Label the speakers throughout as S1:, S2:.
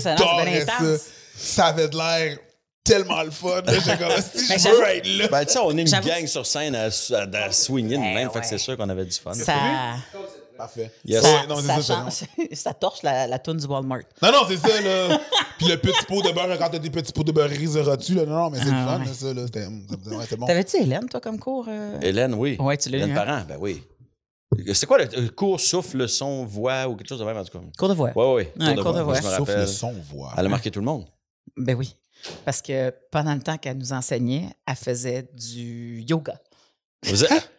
S1: Ça, non, Ah, c'est bien
S2: j'adorais ça.
S1: intense.
S2: Ça avait de l'air tellement le fun. là. J'étais comme, si
S1: Mais
S2: je
S1: j'avoue-
S2: veux être là.
S3: Ben, tu sais, on est une
S1: J'avoue
S3: gang
S1: que-
S3: sur scène à, à, à swinguer de
S1: Eh
S3: même, fait que
S1: ouais.
S3: c'est sûr qu'on avait du fun.
S1: Ça,
S2: Parfait.
S3: Yes.
S2: Ouais,
S1: ça,
S2: non, c'est
S1: ça
S2: ça, c'est non.
S1: change. ça torche la, la toune du Walmart.
S2: Non, non, c'est ça, là. Puis le petit pot de beurre, quand t'as des petits pots de beurre risorotu, là. Non, non, mais c'est le
S1: Ah,
S2: fun,
S1: ouais.
S2: là, ça, là. C'était mm, ouais, c'était bon.
S1: T'avais-tu Hélène, toi, comme cours? euh?
S3: Hélène, oui.
S1: Ouais, tu l'as
S3: Hélène
S1: eu, hein?
S3: Parent, ben oui. C'est quoi le, le cours souffle, son, voix ou quelque chose de même, en tout cas?
S1: Cours de voix.
S3: Oui, oui.
S1: Ouais, cours de voix.
S3: Je me
S2: Sauf le
S3: rappelle.
S2: son, voix.
S3: Elle a marqué tout le monde.
S1: Ben oui. Parce que pendant le temps qu'elle nous enseignait, elle faisait du yoga.
S3: Vous êtes-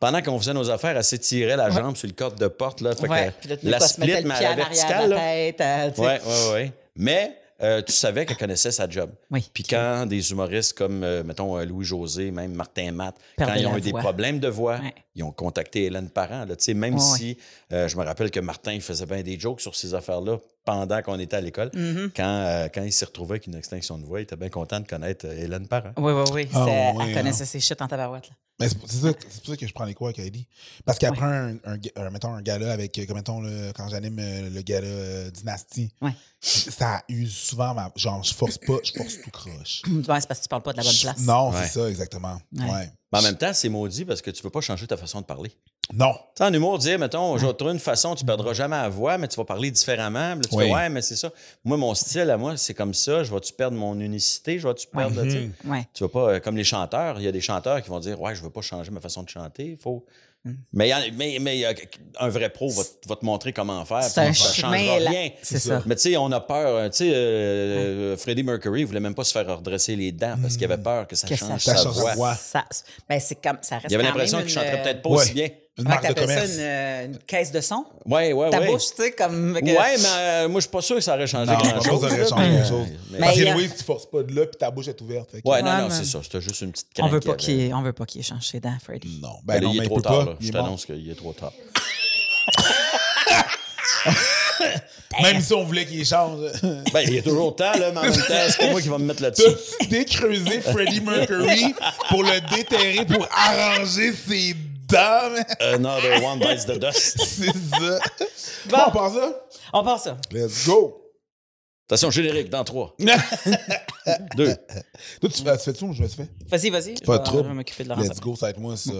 S3: Pendant qu'on faisait nos affaires, elle s'étirait la
S1: Hein? Ouais.
S3: jambe sur le cadre de porte. Là, fait
S1: Ouais,
S3: que
S1: puis là, tout
S3: la
S1: le coup, elle se
S3: split,
S1: mettait
S3: mais
S1: le
S3: à
S1: pied
S3: la
S1: en arrière
S3: verticale.
S1: de
S3: là.
S1: la tête. euh, tu sais.
S3: Oui, oui, oui. Mais euh, tu savais qu'elle connaissait sa job.
S1: Oui.
S3: Puis quand des humoristes comme, euh, mettons, euh, Louis-José, même Martin Matt, quand
S1: Perdait
S3: ils ont
S1: la
S3: eu des
S1: voix.
S3: problèmes de voix,
S1: Ouais.
S3: ils ont contacté Hélène Parent. Là, tu sais, même
S1: Ouais,
S3: si, euh, je me rappelle que Martin il faisait bien des jokes sur ces affaires-là pendant qu'on était à l'école.
S1: Mhm.
S3: Quand, euh, quand il s'est retrouvé avec une extinction de voix, il était bien content de connaître euh, Hélène Parent.
S1: Oui, oui, oui.
S2: Ah,
S1: C'est-
S2: ouais,
S1: elle connaissait ses shit en tabarouette. là.
S2: Mais c'est pour, c'est ça, c'est pour ça que je prends les cours avec Heidi. Parce qu'après un, un, ga- un- mettons, un gala avec, euh, comme mettons, le- quand j'anime euh, le gala euh, Dynastie,
S1: Ouais.
S2: ça use souvent ma. Genre, je force pas, je force tout croche.
S1: Ouais, c'est parce que tu parles pas de la bonne
S2: Je-
S1: place.
S2: Non,
S3: Ouais.
S2: c'est ça, exactement.
S1: Ouais.
S2: Ouais.
S3: Mais en même temps, c'est maudit parce que tu veux pas changer ta façon de parler.
S2: Non.
S3: Tu sais, en humour, dire, mettons, je vais trouver une façon, tu perdras jamais la voix, mais tu vas parler différemment. Puis là, tu
S2: Oui.
S3: fais, ouais, mais c'est ça. Moi, mon style, à moi, c'est comme ça. Je vais-tu perdre mon unicité? Je vais-tu perdre, tu sais?
S2: Mhm.
S1: Ouais.
S3: Tu vas pas, euh, comme les chanteurs, il y a des chanteurs qui vont dire, ouais, je veux pas changer ma façon de chanter. Il faut.
S1: Mm.
S3: Mais, il y en- mais, mais il y a un vrai pro va, t- va te montrer comment faire.
S1: C'est
S3: puis
S1: un
S3: ça
S1: chemin.
S3: changera
S1: là.
S3: rien.
S1: C'est ça.
S3: Mais tu sais, on a peur. hein, Tu sais, euh, Freddie Mercury, il voulait même pas se faire redresser les dents parce qu'il avait peur que ça
S1: Mm. Que
S3: change
S1: ça
S3: sa
S2: change.
S3: voix.
S2: voix.
S1: Ça, ben, c'est comme, ça reste
S3: Il avait
S1: quand
S3: l'impression
S1: même
S3: qu'il
S1: une, euh,
S3: chanterait peut-être pas
S2: Ouais.
S3: aussi bien.
S2: Une
S1: Comment
S2: marque de
S1: t'appelles ça,
S2: commerce.
S1: une, euh, une caisse de son?
S3: Ouais, ouais,
S1: Ta
S3: ouais.
S1: bouche, tu sais, comme...
S3: Ouais, mais euh, moi, je suis pas sûr que ça aurait changé
S2: Non, je pense que
S3: grand-chose.
S2: ça aurait
S3: là, ben,
S2: changé
S3: mais-
S2: grand-chose.
S3: mais-
S1: Mais-
S2: Parce
S1: il y
S2: que
S1: a-
S2: Louis, tu forces pas de là, puis ta bouche est ouverte. Fait que-
S3: Ouais, non,
S1: Ouais,
S3: non,
S1: mais-
S3: c'est ça. C'était juste une petite
S1: On
S3: crainte.
S1: veut pas
S3: qu'il
S1: qu'il
S3: y avait.
S1: ait- on veut pas qu'il échange ses dents, Freddy.
S2: Non, ben
S3: Mais
S2: non,
S3: il
S2: mais
S3: est
S2: il
S3: trop
S2: peut
S3: tard,
S2: pas.
S3: là.
S2: il
S3: Je
S2: est mort.
S3: t'annonce qu'il est trop tard.
S2: Même si on voulait qu'il change.
S3: Ben, il y a toujours le temps, là, mais en même temps, c'est pas moi qui va me mettre là-dessus.
S2: T'as-tu décreusé Freddie Mercury pour le déterrer, pour arranger ses dents? man?
S3: Another one bites the dust.
S2: C'est ça. Bon,
S1: Bon.
S2: on part ça?
S1: On part ça.
S2: Let's go!
S3: Attention, générique, dans 3,
S2: Toi,
S3: 2.
S2: tu fais, tu fais tout ou je me fais?
S1: Vas-y, vas-y.
S2: Pas
S1: je
S2: de
S1: vais-
S2: trouble.
S1: Je vais m'occuper de Laurent.
S2: Let's go, ça va être moi, ça.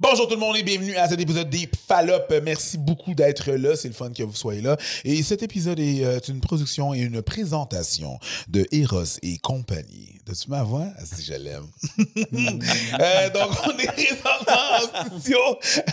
S2: Bonjour tout le monde et bienvenue à cet épisode des Fallops. Merci beaucoup d'être là, c'est le fun que vous soyez là. Et cet épisode est euh, une production et une présentation de Eros et compagnie. T'as-tu ma voix? Ah, si je l'aime. Euh, donc, on est présentement en studio.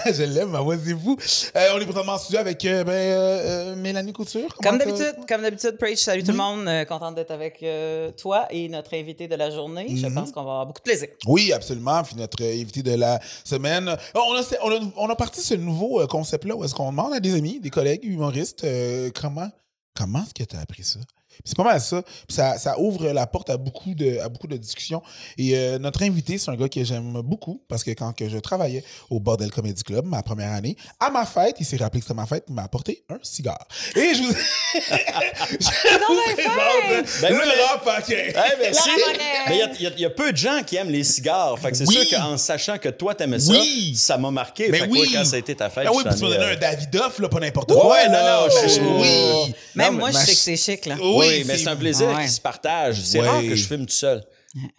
S2: Ah, je l'aime, ma voix, c'est vous. Euh, on est présentement en studio avec euh, ben, euh, euh, Mélanie Couture.
S1: Comme
S2: Comment t'as-
S1: d'habitude, comme d'habitude, Preach, salut
S3: Mm-hmm.
S1: tout le monde. Euh, contente d'être avec euh, toi et notre invité de la journée. Je
S2: Mm-hmm.
S1: pense qu'on va avoir beaucoup de plaisir.
S2: Oui, absolument. Puis notre euh, invité de la semaine. Euh, On a, on a, on a parti ce nouveau euh, concept-là où est-ce qu'on demande à des amis, des collègues humoristes, euh, comment, comment est-ce que tu as appris ça? Puis C'est pas mal ça. Puis ça. Ça ouvre la porte à beaucoup de, à beaucoup de discussions. Et euh, notre invité, c'est un gars que j'aime beaucoup parce que quand que je travaillais au Bordel Comedy Club, ma première année, à ma fête, il s'est rappelé que c'était ma fête, il m'a apporté un cigare. Et je vous, je
S1: Oh,
S2: vous présente
S3: Ben oui, mais-
S2: le rap paquet.
S3: Eh merci.
S1: Laurent Bonnet.
S3: Mais il y a- il y, a- il y a peu de gens qui aiment les cigares. Fait que c'est
S2: Oui.
S3: sûr qu'en sachant que toi, t'aimais ça,
S2: Oui.
S3: ça m'a marqué.
S2: Mais
S3: fait que
S2: oui.
S3: ouais, quand ça a été ta fête,
S2: Ah oui,
S3: je
S2: puis
S3: suis
S2: tu m'as
S3: allé,
S2: donné un
S3: euh,
S2: Davidoff, là, pas n'importe
S3: Ouais,
S2: quoi.
S3: non,
S2: là.
S3: non, je-
S2: Ben,
S3: Oh!
S2: Oui.
S1: Même
S3: Non,
S1: moi,
S3: mais-
S1: je
S2: ma
S1: sais que
S2: ch-
S1: c'est chic, là.
S2: Oh.
S3: Oui,
S2: Oui,
S3: mais
S2: c'est-
S3: c'est un plaisir
S1: Ouais.
S3: qui se partage. C'est
S2: Oui.
S3: rare que je fume tout seul.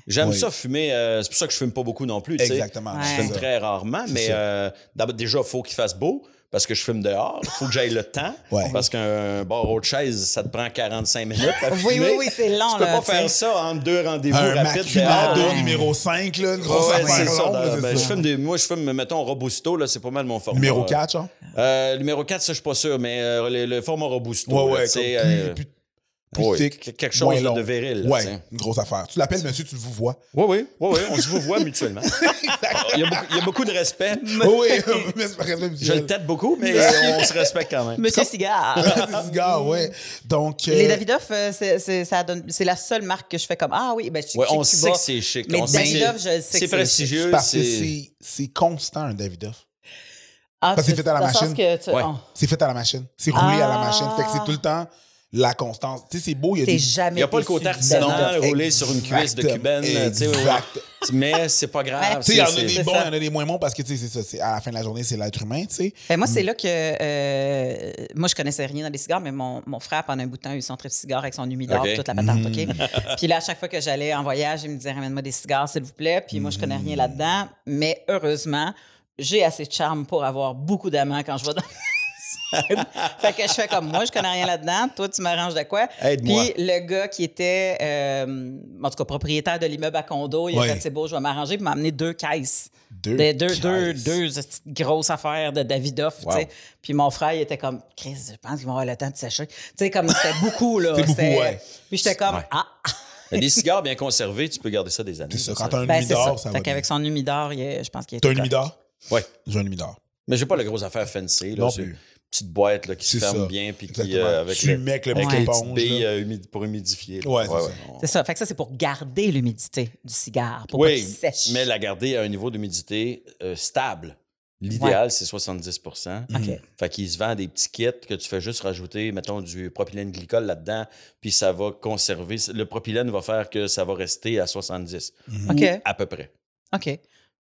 S3: J'aime
S2: Oui.
S3: ça fumer. euh, c'est pour ça que je fume pas beaucoup non plus. tu sais.
S2: Exactement.
S1: Ouais.
S3: Je
S2: c'est
S3: fume
S2: ça.
S3: très rarement, mais
S2: ça.
S3: euh, d'abord, déjà, il faut qu'il fasse beau parce que je fume dehors. Il faut que j'aille le temps.
S2: Ouais.
S3: Parce qu'un barreau de chaise, ça te prend 45 minutes. à
S1: Oui,
S3: fumer.
S1: oui, oui, c'est long,
S3: Tu peux
S1: là,
S3: pas
S1: tu sais.
S3: faire ça entre deux rendez-vous
S2: Un
S3: rapides dehors.
S2: Macumado
S3: là.
S2: numéro 5, là, une grosse
S3: Ouais, c'est
S2: affaire
S3: ça.
S2: longue,
S3: dans-
S2: là, c'est
S3: ben,
S2: ça.
S3: je fume des, moi, je fume, mettons, Robusto, là, c'est pas mal mon format.
S2: Numéro
S3: Euh,
S2: 4, genre.
S3: euh, numéro 4, ça, je suis pas sûr, mais euh, le, le format Robusto,
S2: Ouais,
S3: là,
S2: ouais,
S3: tu
S2: comme
S3: sais,
S2: plus-
S3: euh,
S2: plus- plus
S3: ouais,
S2: thick,
S3: quelque
S2: moins
S3: chose là,
S2: long.
S3: de viril. là, tu sais.
S2: Ouais, une grosse affaire. Tu l'appelles monsieur, tu le vous vois.
S3: Oui, oui, oui, oui, on se vous voit mutuellement. il, y a beaucoup, il y a beaucoup de respect.
S2: Oh, oui, mais c'est pas respect
S3: Je
S2: mutuel.
S3: le tête beaucoup, mais on se respecte quand même.
S1: Monsieur Cigare.
S2: C'est du gars, ouais. Donc. euh,
S1: Les Davidoff, euh, c'est- c'est ça donne- c'est la seule marque que je fais comme Ah oui, ben, je je
S3: Ouais, on
S1: je suis
S3: sait
S1: bas.
S3: que c'est chic.
S1: Mais
S3: on sait que
S1: Davidoff,
S3: c'est-
S1: je sais que
S3: c'est
S1: c'est
S3: prestigieux.
S2: Parce que
S3: C'est
S2: c'est c'est constant, un Davidoff.
S1: Ah,
S2: Parce que
S1: tu-
S2: c'est fait à la
S1: dans le sens
S2: machine.
S1: que tu-
S3: Ouais.
S1: oh.
S2: C'est fait à la machine. C'est roulé à la
S1: Ah.
S2: machine. Fait que c'est tout le temps. la constance. Tu sais, c'est beau, il y a
S1: T'es
S2: des...
S3: Il
S1: jamais.
S3: n'y a pas le
S1: déçu.
S3: côté
S1: Ben
S3: artisanal,
S1: non.
S3: roulé sur une cuisse de
S2: Exactement.
S3: cubaine. tu sais,
S2: Exact.
S3: Mais c'est pas grave.
S1: Ouais.
S2: Tu sais, il y en a
S3: c'est-
S2: des
S1: c'est
S2: bons,
S1: ça.
S2: il y en a des moins bons parce que, tu sais, c'est ça. c'est- À la fin de la journée, c'est l'être humain, tu sais.
S1: Ben, moi, c'est là que. euh, moi, je connaissais rien dans les cigares, mais mon, mon frère, pendant un bout de temps, a eu son trip cigare avec son humidor,
S3: Ok. Hmm.
S1: toute la patente, OK? Puis là, à chaque fois que j'allais en voyage, il me disait ramène-moi des cigares, s'il vous plaît. Puis moi, je connais rien là-dedans. Mais heureusement, j'ai assez de charme pour avoir beaucoup d'amants quand je vais dans fait que je fais comme moi, je connais rien là-dedans. Toi, tu m'arranges de quoi?
S3: Aide-moi.
S1: Puis le gars qui était, euh, en tout cas, propriétaire de l'immeuble à condo, il
S2: Ouais.
S1: a fait c'est beau, je vais m'arranger, puis il m'a amené deux caisses.
S2: Deux
S1: Des Ben, deux,
S2: caisses.
S1: deux, deux petites grosses affaires de Davidoff,
S3: Wow.
S1: tu sais. Puis mon frère, il était comme, Chris, je pense qu'ils vont avoir le temps de sécher. Tu sais, comme c'était beaucoup, là.
S2: C'est beaucoup,
S1: C'était-
S2: ouais.
S1: Puis j'étais comme,
S3: Ouais.
S1: ah,
S3: Mais des cigares bien conservés, tu peux garder ça des années.
S2: C'est ça,
S3: là,
S2: quand t'as un
S1: ben c'est ça.
S2: humidor, ça, va.
S1: Fait qu'avec son humidor, il est- je pense qu'il est.
S2: T'as un humidor?
S3: Ouais.
S2: J'ai un humidor.
S3: Mais j'ai pas la grosse affaire fancy. Là,
S2: Non
S3: C'est
S2: plus.
S3: une petite boîte là, qui se
S2: C'est
S3: ferme
S2: ça.
S3: bien puis qui,
S2: Exactement.
S3: euh, avec,
S2: tu
S3: le-
S2: mets avec le
S3: avec
S2: petit
S3: les petites
S2: éponge.
S3: billes
S2: là.
S3: euh, humide- pour humidifier. là.
S2: Ouais, c'est ça.
S1: C'est ça. Fait que ça, c'est pour garder l'humidité du cigare, pour pas
S3: Oui,
S1: qu'il sèche.
S3: mais la garder à un niveau d'humidité euh, stable. L'idéal, c'est 70
S1: OK.
S3: Fait qu'il se vend des petits kits que tu fais juste rajouter, mettons, du propylène glycol là-dedans, puis ça va conserver. Le propylène va faire que ça va rester à 70,
S2: Mhm.
S1: OK.
S3: à peu près.
S1: OK.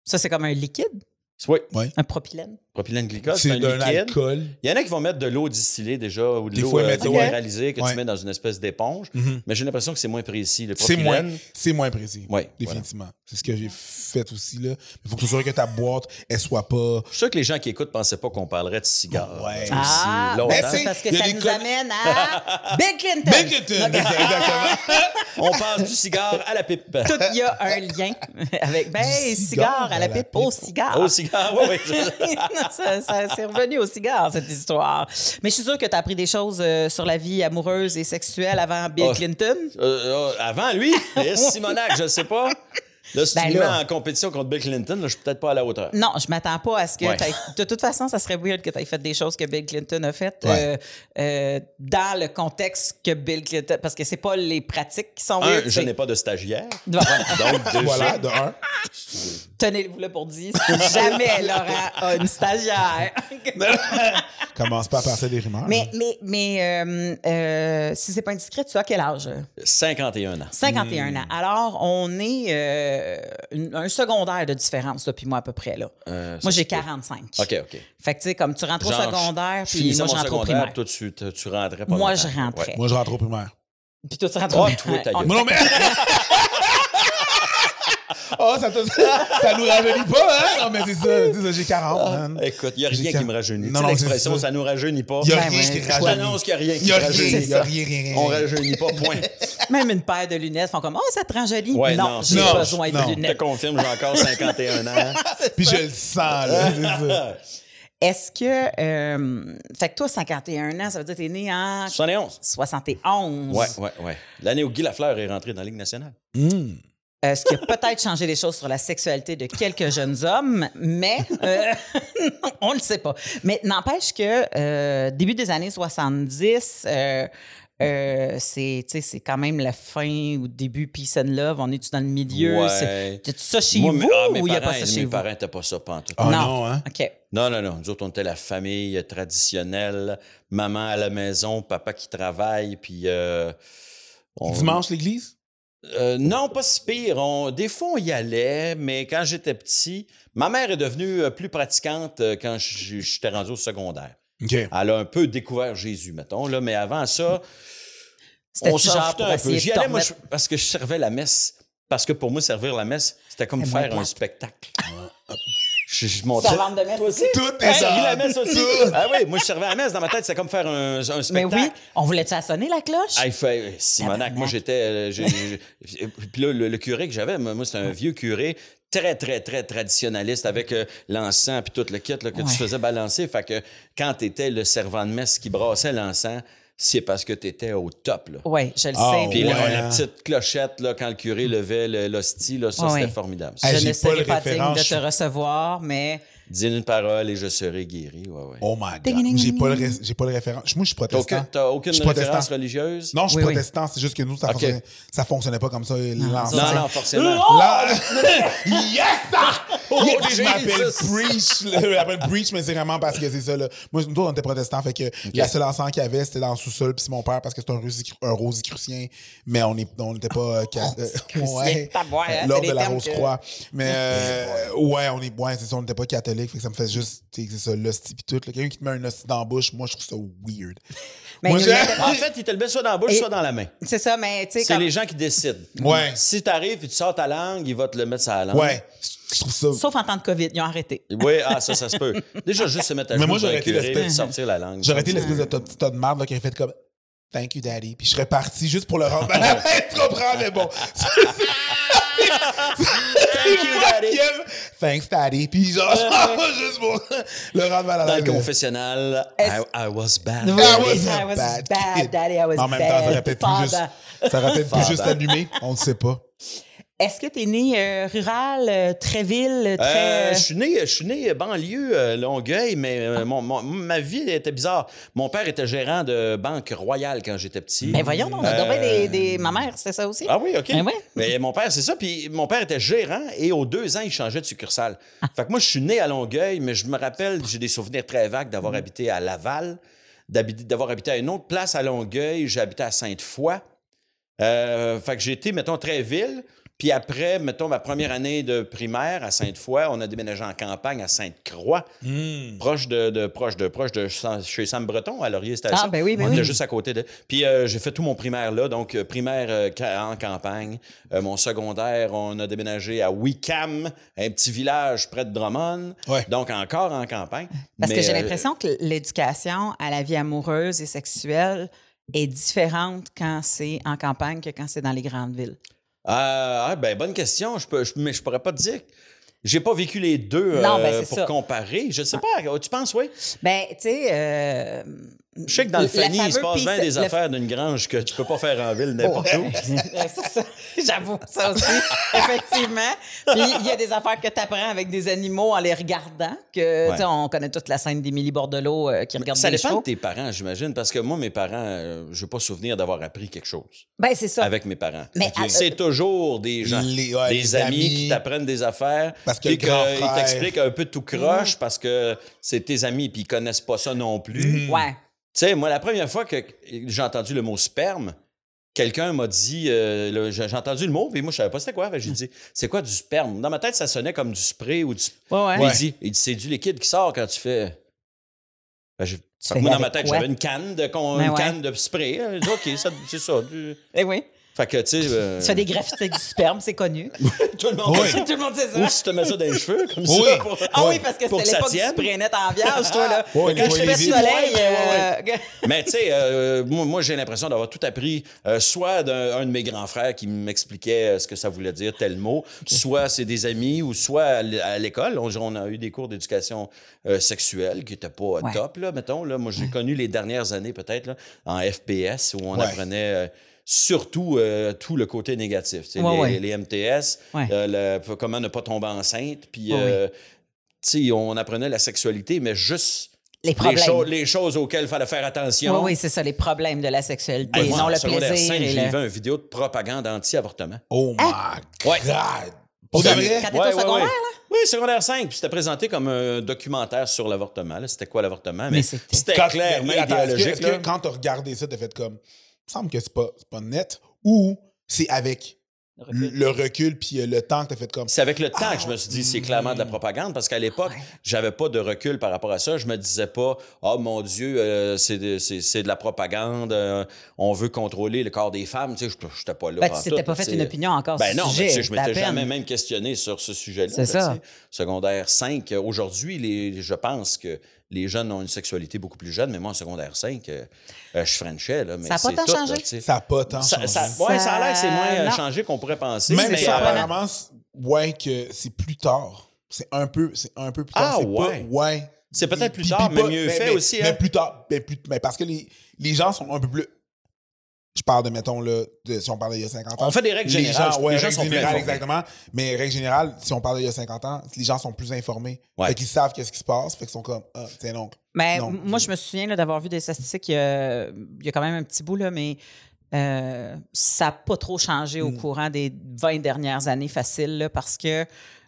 S1: Ça, c'est comme un liquide,
S3: Oui,
S1: un propylène.
S3: propylène glycol, c'est un
S2: C'est d'un
S3: liquide.
S2: alcool.
S3: Il y en a qui vont mettre de l'eau distillée déjà ou de
S2: Des
S3: l'eau
S2: fois, ils
S3: euh,
S2: mettent-
S1: ouais.
S3: minéralisée que
S2: Ouais.
S3: tu mets dans une espèce d'éponge,
S2: Mhm.
S3: mais j'ai l'impression que c'est moins précis. Le
S2: C'est moins,
S3: propylène,
S2: c'est moins précis.
S3: ouais, voilà.
S2: Définitivement. C'est ce que j'ai fait aussi, là. Il faut que tu sois sûr que ta boîte, elle soit pas.
S3: Je suis sûr que les gens qui écoutent ne pensaient pas qu'on parlerait de cigares.
S2: Ouais.
S3: aussi
S1: Ah,
S3: longtemps.
S1: ben,
S2: Ben,
S1: c'est
S2: c'est-
S1: parce que
S2: il y a
S1: ça
S2: des
S1: nous
S2: con-
S1: amène à Bill Clinton.
S2: Ben, que tu-
S1: Donc,
S2: Exactement.
S3: On passe du cigare à la pipe.
S1: tout, il y a un lien avec ben,
S2: Du
S1: cigare à la pipe au cigare.
S3: Au cigare, oui, oui.
S1: Non, ça, ça- c'est revenu au cigare, cette histoire. Mais je suis sûre que tu as appris des choses euh, sur la vie amoureuse et sexuelle avant Bill
S3: Oh.
S1: Clinton.
S3: Euh, euh, avant lui, Eh, Simonac, je ne sais pas. Là, si
S1: Ben
S3: tu me mets
S1: là.
S3: en compétition contre Bill Clinton, là, je suis peut-être pas à la hauteur.
S1: Non, je m'attends pas à ce que
S3: Ouais.
S1: t'ailles- De toute façon, ça serait weird que tu aies fait des choses que Bill Clinton a faites
S2: Ouais.
S1: euh, euh, dans le contexte que Bill Clinton... Parce que c'est pas les pratiques qui sont
S3: Un,
S1: weird.
S3: je
S1: c'est-
S3: n'ai pas de stagiaire.
S1: Bon, voilà.
S3: Donc, déjà,
S2: Voilà, de un.
S1: Tenez-vous là pour dire, jamais Laurent a une stagiaire.
S2: Commence pas à passer des rumeurs.
S1: mais mais, mais euh, euh, si c'est pas indiscret, tu as quel âge?
S3: 51 ans.
S1: 51
S3: Hmm.
S1: ans. Alors, on est euh, une- un secondaire de différence, là, puis moi à peu près. là.
S3: Euh, ça
S1: moi,
S3: se
S1: j'ai
S3: peut.
S1: 45.
S3: OK, OK.
S1: Fait que, tu sais, comme tu rentres
S3: Genre,
S1: au secondaire,
S3: je
S1: puis
S3: finissais
S1: moi, je
S3: mon
S1: rentre au
S3: secondaire,
S1: primaire.
S3: Toi, tu, te- tu rentrais pas
S1: Moi,
S3: longtemps.
S1: je rentrais.
S2: Moi, je rentre au primaire.
S1: Puis toi, tu rentres
S3: Oh,
S1: au primaire.
S3: toi, ta
S1: On-
S3: gueule.
S2: Mais non, mais. oh, ça, te- ça nous rajeunit pas, hein? Non, mais c'est ça. c'est ça, j'ai 40, man.
S3: Ouais. Écoute, il n'y a
S2: J'ai
S3: rien qui
S2: quarante-
S3: me rajeunit.
S2: Non, non,
S3: Non,
S2: c'est
S3: l'expression,
S2: ça.
S3: ça nous rajeunit pas.
S2: Il y a
S1: Ben
S2: rien
S1: ouais.
S2: qui
S3: Je
S2: rajeunit.
S3: t'annonce qu'il n'y a rien
S2: Il
S3: qui
S2: y a rien,
S3: rajeunit.
S2: il y a rien, rien, rien.
S3: On rajeunit pas, point.
S1: Même une paire de lunettes font comme « Oh, ça te rend joli!
S3: Ouais,
S1: Non,
S3: non,
S1: j'ai
S2: non,
S1: besoin
S2: non.
S1: de
S3: Je te
S1: lunettes.
S3: confirme, j'ai encore 51 ans.
S2: Puis je le sens, là. C'est ça.
S1: Est-ce que... euh, fait que toi, 51 ans, ça veut dire que t'es né en
S3: 71.
S1: 71.
S3: Ouais, ouais, ouais. L'année où Guy Lafleur est rentré dans la Ligue nationale.
S2: Hmm.
S1: Euh, ce qui a peut-être changé les choses sur la sexualité de quelques jeunes hommes, mais euh, on ne le sait pas. Mais n'empêche que euh, début des années 70, euh, euh, c'est tu sais, c'est quand même la fin ou début Peace and Love. On est-tu dans le milieu?
S3: Ouais.
S1: C'est- Y a-tu ça chez
S3: Moi,
S1: vous
S3: mes- ah, mes
S1: ou il n'y a
S3: parents-
S1: pas ça chez
S3: Mes
S1: vous?
S3: parents n'étaient pas ça pantoute.
S2: Ah non.
S1: Non.
S2: hein?
S1: OK.
S3: Non, non, non. Nous autres, on était la famille traditionnelle. Maman à la maison, papa qui travaille, puis... euh, on-
S2: Dimanche, l'église?
S3: Euh, non, pas si pire. On- des fois, on y allait, mais quand j'étais petit, ma mère est devenue euh, plus pratiquante euh, quand j- j'étais rendu au secondaire.
S2: OK.
S3: Elle a un peu découvert Jésus, mettons, là, mais avant ça,
S1: C'était
S3: on
S1: du
S3: s'en
S1: genre
S3: foutait
S1: pour
S3: un peu.
S1: essayer
S3: J'y
S1: de t'en
S3: allais, moi,
S1: remettre-
S3: je- parce que je servais la messe. Parce que pour moi, servir la messe, c'était comme
S1: C'est moins
S3: faire un
S1: plate.
S3: spectacle. je, je montrais-
S1: Servante de messe
S3: Toi
S1: aussi?
S2: Tout est
S3: Hey,
S2: ça.
S3: la messe aussi.
S2: Tout.
S3: Ah oui, moi, je servais la messe. Dans ma tête, c'est comme faire un, un spectacle.
S1: Mais oui, on voulait-tu la sonner, la cloche?
S3: Ah, il fait, Simonac,
S1: Tabarnak.
S3: moi j'étais. euh, j'ai- j'ai- j'ai- Puis là, le, le curé que j'avais, moi, c'était un vieux curé très, très, très traditionnaliste avec euh, l'encens puis tout le kit là, que
S1: Ouais.
S3: tu faisais balancer. Fait que quand t'étais le servant de messe qui brassait l'encens, c'est parce que t'étais au top. Là.
S1: Oui, je le
S2: Ah,
S1: sais.
S3: Puis là,
S2: Ouais,
S3: la
S2: hein.
S3: petite clochette, là, quand le curé levait le- l'hostie, là, ça
S1: Ouais,
S3: c'était
S1: ouais.
S3: formidable.
S2: Hey,
S1: Je
S2: j'ai
S1: ne
S2: pas
S1: serais
S2: le
S1: pas digne
S2: référent,
S1: de
S2: je-
S1: te recevoir, mais
S3: Dis une parole et je serai guéri. Ouais, ouais.
S2: Oh my
S1: Ding, ding,
S2: God. J'ai
S1: ding,
S2: pas, le
S1: ding.
S2: ré- j'ai pas le référent. Moi, je suis
S3: T'as aucune,
S2: protestant.
S3: t'as aucune
S2: hein? Je suis
S3: référence
S2: protestant.
S3: religieuse?
S2: Non, je suis
S1: Oui, oui.
S2: protestant. C'est juste que nous, ça,
S3: Ok.
S2: fonctionnait, ça fonctionnait pas comme ça.
S1: Non,
S3: non,
S2: L'ancien-
S3: non,
S2: Euh,
S3: forcément.
S1: Oh!
S2: Là- yes! sir!
S3: Oh,
S2: Tu sais, je m'appelle
S3: Jesus!
S2: Preach. là. Je m'appelle Preach, mais c'est vraiment parce que c'est ça. Là. Moi, nous autres, on était protestants. Fait que la seule encens qu'il y avait, c'était dans le sous-sol. Puis c'est mon père parce que c'est un, rosicru- un rosicrucien. Mais on est- on n'était pas. ca-
S1: Oh,
S2: euh, ouais.
S1: Taboire, hein, c'est
S2: L'ordre
S1: des
S2: de la
S1: termes que-
S2: Rose-Croix. Mais euh, ouais, on est. Ouais, c'est ça. On n'était pas catholique. Fait que ça me fait juste. tu sais, C'est ça, l'hostie. Puis tout. là. Quelqu'un qui te met un hostie dans la bouche, moi, je trouve ça weird.
S1: Mais
S2: moi,
S1: il y
S2: j'ai-
S1: en avait-
S3: En fait, il te le met soit dans la bouche,
S1: Et-
S3: soit dans la main.
S1: C'est ça, mais tu sais,
S3: C'est
S1: comme-
S3: les gens qui décident.
S2: Ouais.
S3: Si t'arrives et tu sors ta langue, il va te le mettre sur la
S1: Ah
S3: langue.
S2: Ouais. Je trouve ça.
S1: sauf en temps de COVID, ils ont arrêté.
S3: Oui, ah, ça, ça se peut. Déjà, juste se mettre à
S2: Mais
S3: genoux
S2: moi,
S3: sur
S2: j'aurais
S3: un
S2: été
S3: curé
S2: l'espèce-
S3: et sortir la langue.
S2: J'aurais été l'espèce de top- petit tas de merde là, qui aurait fait comme Thank you, daddy. Puis je serais parti juste pour le rendre malade. tu comprends, mais bon.
S3: Thank you, daddy.
S2: Qui aime, Thanks, daddy. Puis genre, juste pour le rendre malade.
S3: Dans le confessionnal,
S1: Est-ce-
S3: I, I was bad.
S1: Oui.
S2: I was
S1: I
S2: a
S1: was
S2: bad
S1: bad,
S2: kid.
S1: daddy, I was
S2: en même temps,
S1: bad
S2: ça aurait peut-être plus juste,
S1: father.
S2: ça aurait peut-être plus
S3: Father.
S2: juste allumé. On ne sait pas.
S1: Est-ce que t'es né euh, rural, euh, très ville, euh,
S3: Euh,
S1: très.
S3: je suis né, je suis né banlieue euh, Longueuil, mais euh, mon- mon- ma vie était bizarre. Mon père était gérant de banque royale quand j'étais petit.
S1: Mais Ben, voyons, on a
S3: Euh,
S1: dormi des, des. Ma mère, c'était ça aussi?
S3: Ah oui, OK.
S1: Ben ouais.
S3: Mais mon père, c'est ça. Puis mon père était gérant et aux deux ans, il changeait de succursale.
S1: Ah.
S3: Fait que moi, je suis né à Longueuil, mais je me rappelle, j'ai des souvenirs très vagues
S1: Mm-hmm.
S3: d'avoir habité à Laval, d'habiter- d'avoir habité à une autre place à Longueuil. J'ai habité à Sainte-Foy. Euh, fait que j'ai été, mettons, très ville. Puis après, mettons, ma première année de primaire à Sainte-Foy, on a déménagé en campagne à Sainte-Croix, proche de, de- proche de, proche de Sam- chez Sam Breton, à Laurier Station.
S1: Ah, ben oui, ben
S3: on
S1: oui.
S3: était juste à côté de. Puis euh, j'ai fait tout mon primaire là, donc euh, primaire euh, ca- en campagne. Euh, mon secondaire, on a déménagé à Wickham, un petit village près de Drummond.
S2: Ouais.
S3: Donc encore en campagne.
S1: Parce que
S3: Mais,
S1: j'ai
S3: euh,
S1: l'impression que l'éducation à la vie amoureuse et sexuelle est différente quand c'est en campagne que quand c'est dans les grandes villes.
S3: Ah, ah, ben bonne question. Je peux, je- mais je pourrais pas te dire. J'ai pas vécu les deux
S1: Non, ben,
S3: euh,
S1: c'est
S3: pour
S1: ça.
S3: comparer. Je sais pas. Tu penses, oui?
S1: Ben, tu sais. euh,
S3: Je sais que dans le
S1: la
S3: Fanny, il
S1: fameuse
S3: se passe bien
S1: piece-
S3: des
S1: le-
S3: affaires d'une grange que tu peux pas faire en ville n'importe où.
S1: Ouais, Oh, c'est ça. J'avoue ça aussi, effectivement. Puis il y a des affaires que tu apprends avec des animaux en les regardant. Que, tu sais, On connaît toute la scène d'Émilie Bordelot euh, qui regarde
S3: Ça
S1: des
S3: dépend
S1: chevaux.
S3: de tes parents, j'imagine, parce que moi, mes parents, euh, je n'ai pas souvenir d'avoir appris quelque chose
S1: Ben, c'est ça.
S3: avec mes parents.
S1: Mais euh,
S3: Ok.
S1: à-
S3: C'est toujours des gens,
S2: Les- ouais,
S3: des
S2: les
S3: amis,
S2: amis.
S3: qui t'apprennent des affaires,
S2: Parce que
S3: puis
S2: le grand
S3: qu'ils
S2: frère-
S3: t'expliquent un peu
S1: Mm.
S3: tout croche parce que c'est tes amis, puis ils connaissent pas ça non
S2: Mm.
S3: plus.
S1: Ouais.
S3: Tu sais, moi, la première fois que j'ai entendu le mot sperme, quelqu'un m'a dit, euh, le- j'ai j'ai entendu le mot, puis moi, je savais pas c'était quoi. Fait que J'ai
S1: Mm.
S3: dit, c'est quoi du sperme? Dans ma tête, ça sonnait comme du spray ou du.
S1: Ouais, ouais.
S3: Mais Il dit, il dit, c'est du liquide qui sort quand tu fais. Ben, je- Fait que
S1: fais
S3: moi, dans ma
S1: avec
S3: tête,
S1: quoi?
S3: j'avais une canne de, con-
S1: Ben
S3: une
S1: ouais.
S3: canne de spray. J'ai dit, OK, ça- c'est ça. du-
S1: Eh oui.
S3: Fait que, tu sais. euh,
S1: Tu fais des graffitis avec du sperme, c'est connu.
S3: tout le monde.
S2: Oui.
S1: Tout le monde sait ça.
S3: Ou si tu te mets ça dans les cheveux, comme
S2: Oui.
S3: ça. pour-
S1: Ah oui, parce que
S3: pour
S1: c'était
S3: ça
S1: l'époque du
S3: tienne. Ah.
S1: spray net en vierge, toi, là.
S2: Ouais,
S1: Quand je
S2: les
S1: te mets
S2: Olivier.
S1: le soleil,
S3: Ouais,
S1: euh,
S3: ouais, Mais tu sais, euh, moi, moi, j'ai l'impression d'avoir tout appris, euh, soit d'un un de mes grands frères qui m'expliquait euh, ce que ça voulait dire tel mot, soit c'est des amis, ou soit à l- à l'école. On, on a eu des cours d'éducation euh, sexuelle qui n'étaient pas euh,
S1: Ouais.
S3: top, là, mettons. Là. Moi, j'ai connu les dernières années, peut-être, là, en FPS, où on
S2: Ouais.
S3: apprenait... euh, Surtout euh, tout le côté négatif. tu sais,
S1: Ouais,
S3: les, les MTS,
S1: Ouais.
S3: euh, le- comment ne pas tomber enceinte. Puis,
S1: Ouais,
S3: euh, tu sais, on apprenait la sexualité, mais juste
S1: les
S3: les,
S1: problèmes.
S3: cho- les choses auxquelles il fallait faire
S1: oui,
S3: attention.
S1: oui, c'est ça, les problèmes de la sexualité,
S3: Hey, moi,
S1: non
S3: en
S1: le
S3: secondaire
S1: plaisir.
S3: cinq,
S1: et
S3: j'ai
S1: le-
S3: vu une vidéo de propagande anti-avortement.
S2: Oh my
S3: Ouais.
S2: God. Pour de vrai?
S1: Quand Ah, t'étais au secondaire, là?
S3: Oui, secondaire 5. Puis c'était présenté comme un documentaire sur l'avortement. là. C'était quoi l'avortement? Mais,
S1: Mais c'était-
S3: c'était
S2: Quand-
S3: clairement
S2: mais attends, est-ce que-
S3: idéologique.
S2: est-ce que
S3: là.
S2: quand t'as regardé ça, t'as fait comme. Il me semble que c'est pas, c'est pas net ou c'est avec le le recul puis euh, le temps que t'as fait comme.
S3: C'est avec le temps que je me suis dit,
S1: Ah
S3: c'est clairement de la propagande, parce qu'à l'époque, j'avais pas de recul par rapport à ça. Je me disais pas, oh mon Dieu, euh, c'est de, c'est- c'est de la propagande, euh, on veut contrôler le corps des femmes. Tu sais, je n'étais pas là.
S1: Ben, tu
S3: pantoute,
S1: t'étais pas fait
S3: tu sais.
S1: une opinion encore
S3: Ben
S1: sur
S3: non,
S1: ce
S3: mais
S1: sujet.
S3: tu sais, je
S1: c'est à
S3: m'étais
S1: peine.
S3: jamais même questionné sur ce sujet-là.
S1: C'est
S3: là,
S1: ça.
S3: tu sais. Secondaire 5, euh, aujourd'hui, les- je pense que les jeunes ont une sexualité beaucoup plus jeune, mais moi, en secondaire 5, euh, euh, je frenchais. Là, mais
S1: Ça a pas
S3: c'est
S1: tant
S3: tout, là,
S1: changé.
S3: tu sais.
S2: Ça n'a pas tant
S3: Ça,
S2: changé.
S3: ça- ouais, ça a l'air que c'est moins euh,
S1: Non.
S3: changé qu'on pourrait penser.
S2: Même
S3: mais,
S2: si
S3: euh,
S2: apparemment, c'est- ouais, que c'est plus tard. C'est un peu, c'est un peu plus tard.
S3: Ah,
S2: c'est pas-
S3: ouais.
S2: ouais.
S3: C'est peut-être plus
S2: Puis-
S3: tard,
S2: puis
S3: mais
S2: pas-
S3: mieux fait aussi,
S2: Mais
S3: hein.
S2: plus tard, mais plus- mais parce que les, les gens sont un peu plus Je parle de, mettons, là, de- si on parle d'il y a 50 ans.
S3: On fait des règles
S2: les
S3: générales.
S2: gens, ouais,
S3: les gens
S2: règles
S3: sont plus
S2: générales,
S3: informés.
S2: exactement. Mais règle générale, si on parle d'il y a 50 ans, les gens sont plus informés.
S3: Ouais.
S2: Fait qu'ils savent qu'est-ce qui se passe. Fait qu'ils sont comme, ah, tiens donc.
S1: Mais
S2: Non,
S1: m- moi,
S2: je-
S1: je me souviens là, d'avoir vu des statistiques il y, a, il y a quand même un petit bout, là, mais euh, ça n'a pas trop changé au
S2: Mm.
S1: courant des 20 dernières années faciles là, parce que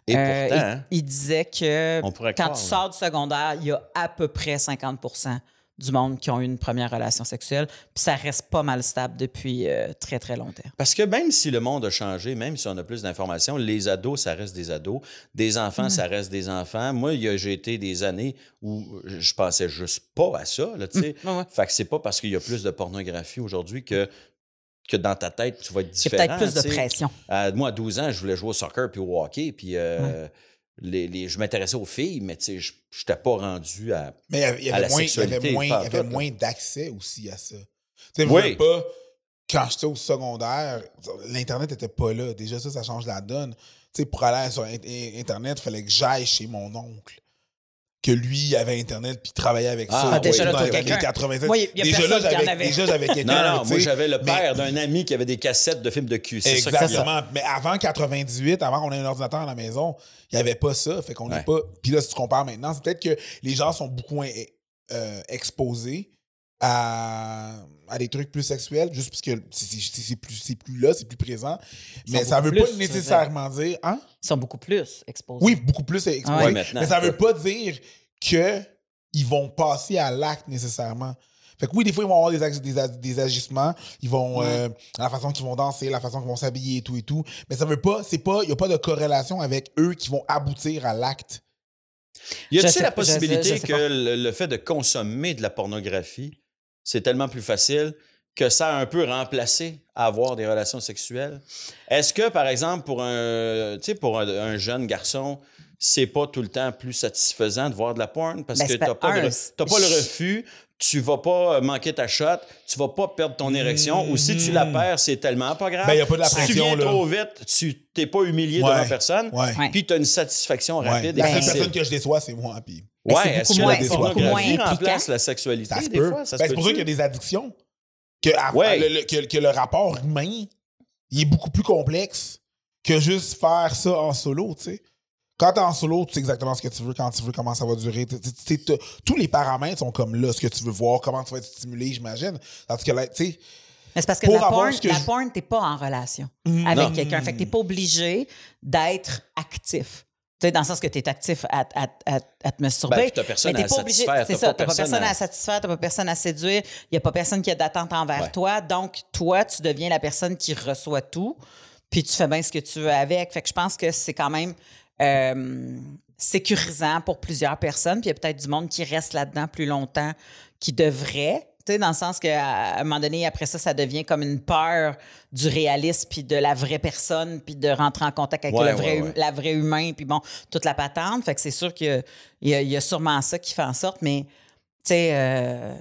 S3: Et
S1: euh,
S3: pourtant,
S1: il-
S3: hein,
S1: il, disait que
S3: on pourrait
S1: quand
S3: croire,
S1: tu
S3: là.
S1: sors du secondaire, il y a à peu près 50 du monde qui ont eu une première relation sexuelle, puis ça reste pas mal stable depuis euh, très, très longtemps.
S3: Parce que même si le monde a changé, même si on a plus d'informations, les ados, ça reste des ados. Des
S1: Mm.
S3: enfants, ça reste des enfants. Moi, il y a- j'ai été des années où je pensais juste pas à ça. Là, tu sais.
S1: Mm. Ouais, ouais.
S3: Fait que c'est pas parce qu'il y a plus de pornographie aujourd'hui que, que dans ta tête, tu vas
S1: Il
S3: être
S1: y a
S3: différent.
S1: peut-être plus de
S3: tu sais.
S1: pression.
S3: À- moi, à 12 ans, je voulais jouer au soccer puis au hockey. Puis euh, les, les- je m'intéressais aux filles, mais tu sais, je n'étais pas rendu à.
S2: Mais il y avait- il y
S3: À la
S2: avait moins, il y
S3: sexualité,
S2: avait moins, il y
S3: pas à
S2: avait
S3: tout,
S2: moins d'accès aussi à ça. Tu sais,
S3: Oui.
S2: je veux pas. Quand j'étais au secondaire, l'Internet était pas là. Déjà, ça, ça change la donne. Tu sais, pour aller sur in- in- Internet, il fallait que j'aille chez mon oncle. Que lui avait Internet puis travaillait avec
S3: Ah,
S2: ça.
S3: ah,
S1: déjà
S2: Ouais,
S1: là,
S2: dans
S1: t'as
S2: les années
S1: quelqu'un.
S2: 87.
S1: Moi, il y a
S2: déjà, là,
S1: personne qui en
S2: j'avais-
S1: avait.
S2: déjà, j'avais
S3: Non,
S2: quelqu'un.
S3: non,
S2: tu
S3: moi,
S2: sais.
S3: j'avais le
S2: mais-
S3: père d'un ami qui avait des cassettes de films de cul. C'est ça que ça-
S2: Exactement. Mais avant 98, avant qu'on ait un ordinateur à la maison, il n'y avait pas ça. Fait qu'on n'est
S3: Ouais.
S2: pas. Puis là, si tu compares maintenant, c'est peut-être que les gens sont beaucoup moins euh, exposés à, à des trucs plus sexuels, juste parce que c'est- c'est c'est plus, c'est plus là, c'est plus présent.
S1: Ils
S2: Mais
S1: sont
S2: ça ne veut
S1: beaucoup
S2: pas
S1: plus, tu veux
S2: nécessairement dire. Hein?
S1: Ils sont beaucoup plus exposés.
S2: Oui, beaucoup plus exposés.
S3: Ouais, maintenant,
S2: mais ça ne veut pas dire que ils vont passer à l'acte nécessairement. Fait que oui, des fois, ils vont avoir des, ag- des, ag- des agissements, ils vont
S1: Ouais.
S2: euh, la façon qu'ils vont danser, la façon qu'ils vont s'habiller et tout et tout. Mais ça veut pas, c'est pas, il n'y a pas de corrélation avec eux qui vont aboutir à l'acte.
S3: Y
S1: Je
S3: a-t-il
S1: sais-
S3: la
S1: je sais-
S3: possibilité
S1: je sais
S3: que
S1: pas.
S3: le, le fait de consommer de la pornographie, c'est tellement plus facile que ça a un peu remplacé avoir des relations sexuelles? Est-ce que, par exemple, pour un, tu sais, pour un, un jeune garçon, c'est pas tout le temps plus satisfaisant de voir de la porn parce
S1: Ben,
S3: que
S1: c'est pas-
S3: t'as pas, de
S1: un,
S3: re- t'as pas le
S1: je-
S3: refus, tu vas pas euh, manquer ta shot, tu vas pas perdre ton érection ou si tu la
S2: Mhm.
S3: perds, c'est tellement pas grave.
S2: Ben, il n'y a pas de la
S3: si Ah, tu viens
S2: pression, là.
S3: trop vite, tu t'es pas humilié
S2: Ouais.
S3: devant personne,
S2: Ouais.
S1: Ouais.
S3: puis tu as une satisfaction
S2: Ouais.
S3: rapide. et
S2: La seule
S3: facile.
S2: personne que je déçois, c'est moi. Puis
S1: Mais
S3: Ouais,
S1: c'est
S3: est-ce
S1: beaucoup
S3: que
S2: moins-
S3: la
S2: c'est beaucoup
S3: pornographie
S1: moins
S3: remplace
S1: impliquant.
S3: la sexualité
S2: ça se
S3: des
S2: peut.
S3: fois? Ça
S2: Ben,
S3: se
S2: c'est pour ça
S3: peut-tu?
S2: qu'il y a des addictions. Que, à-
S3: Ouais.
S2: le, le- que, que le rapport humain, il est beaucoup plus complexe que juste faire ça en solo, tu sais. Quand t'es en solo, tu sais exactement ce que tu veux, quand tu veux, comment ça va durer. Tu- tu- tu- tu- tous les paramètres sont comme là, ce que tu veux voir, comment tu vas être stimulé, j'imagine. Parce que là, tu sais,
S1: Mais c'est parce que
S2: Pour
S1: la
S2: avoir
S1: porn,
S2: ce que
S1: la
S2: je-
S1: porn, t'es pas en relation
S2: Mm.
S1: avec
S2: Non.
S1: quelqu'un. Fait que t'es pas obligé d'être actif. Tu sais, dans le sens que tu es actif à, à- à- à te masturber.
S3: Ben, puis t'as personne
S1: mais t'es
S3: à
S1: pas obligé.
S3: satisfaire,
S1: C'est
S3: t'as
S1: ça.
S3: pas
S1: T'as pas
S3: personne
S1: personne
S3: à-
S1: à satisfaire, t'as pas personne à séduire. Il n'y a pas personne qui a d'attente envers
S3: Ouais.
S1: toi. Donc, toi, tu deviens la personne qui reçoit tout. Puis tu fais bien ce que tu veux avec. Fait que je pense que c'est quand même euh, sécurisant pour plusieurs personnes. Puis il y a peut-être du monde qui reste là-dedans plus longtemps qui devrait. Tu sais, dans le sens qu'à un moment donné, après ça, ça devient comme une peur du réalisme, puis de la vraie personne, puis de rentrer en contact avec
S3: Ouais,
S1: le vrai,
S3: ouais,
S1: hu-
S3: ouais.
S1: la vraie humain, puis bon, toute la patente. Fait que c'est sûr qu'il y a- il y, a- il y a sûrement ça qui fait en sorte, mais tu sais, euh,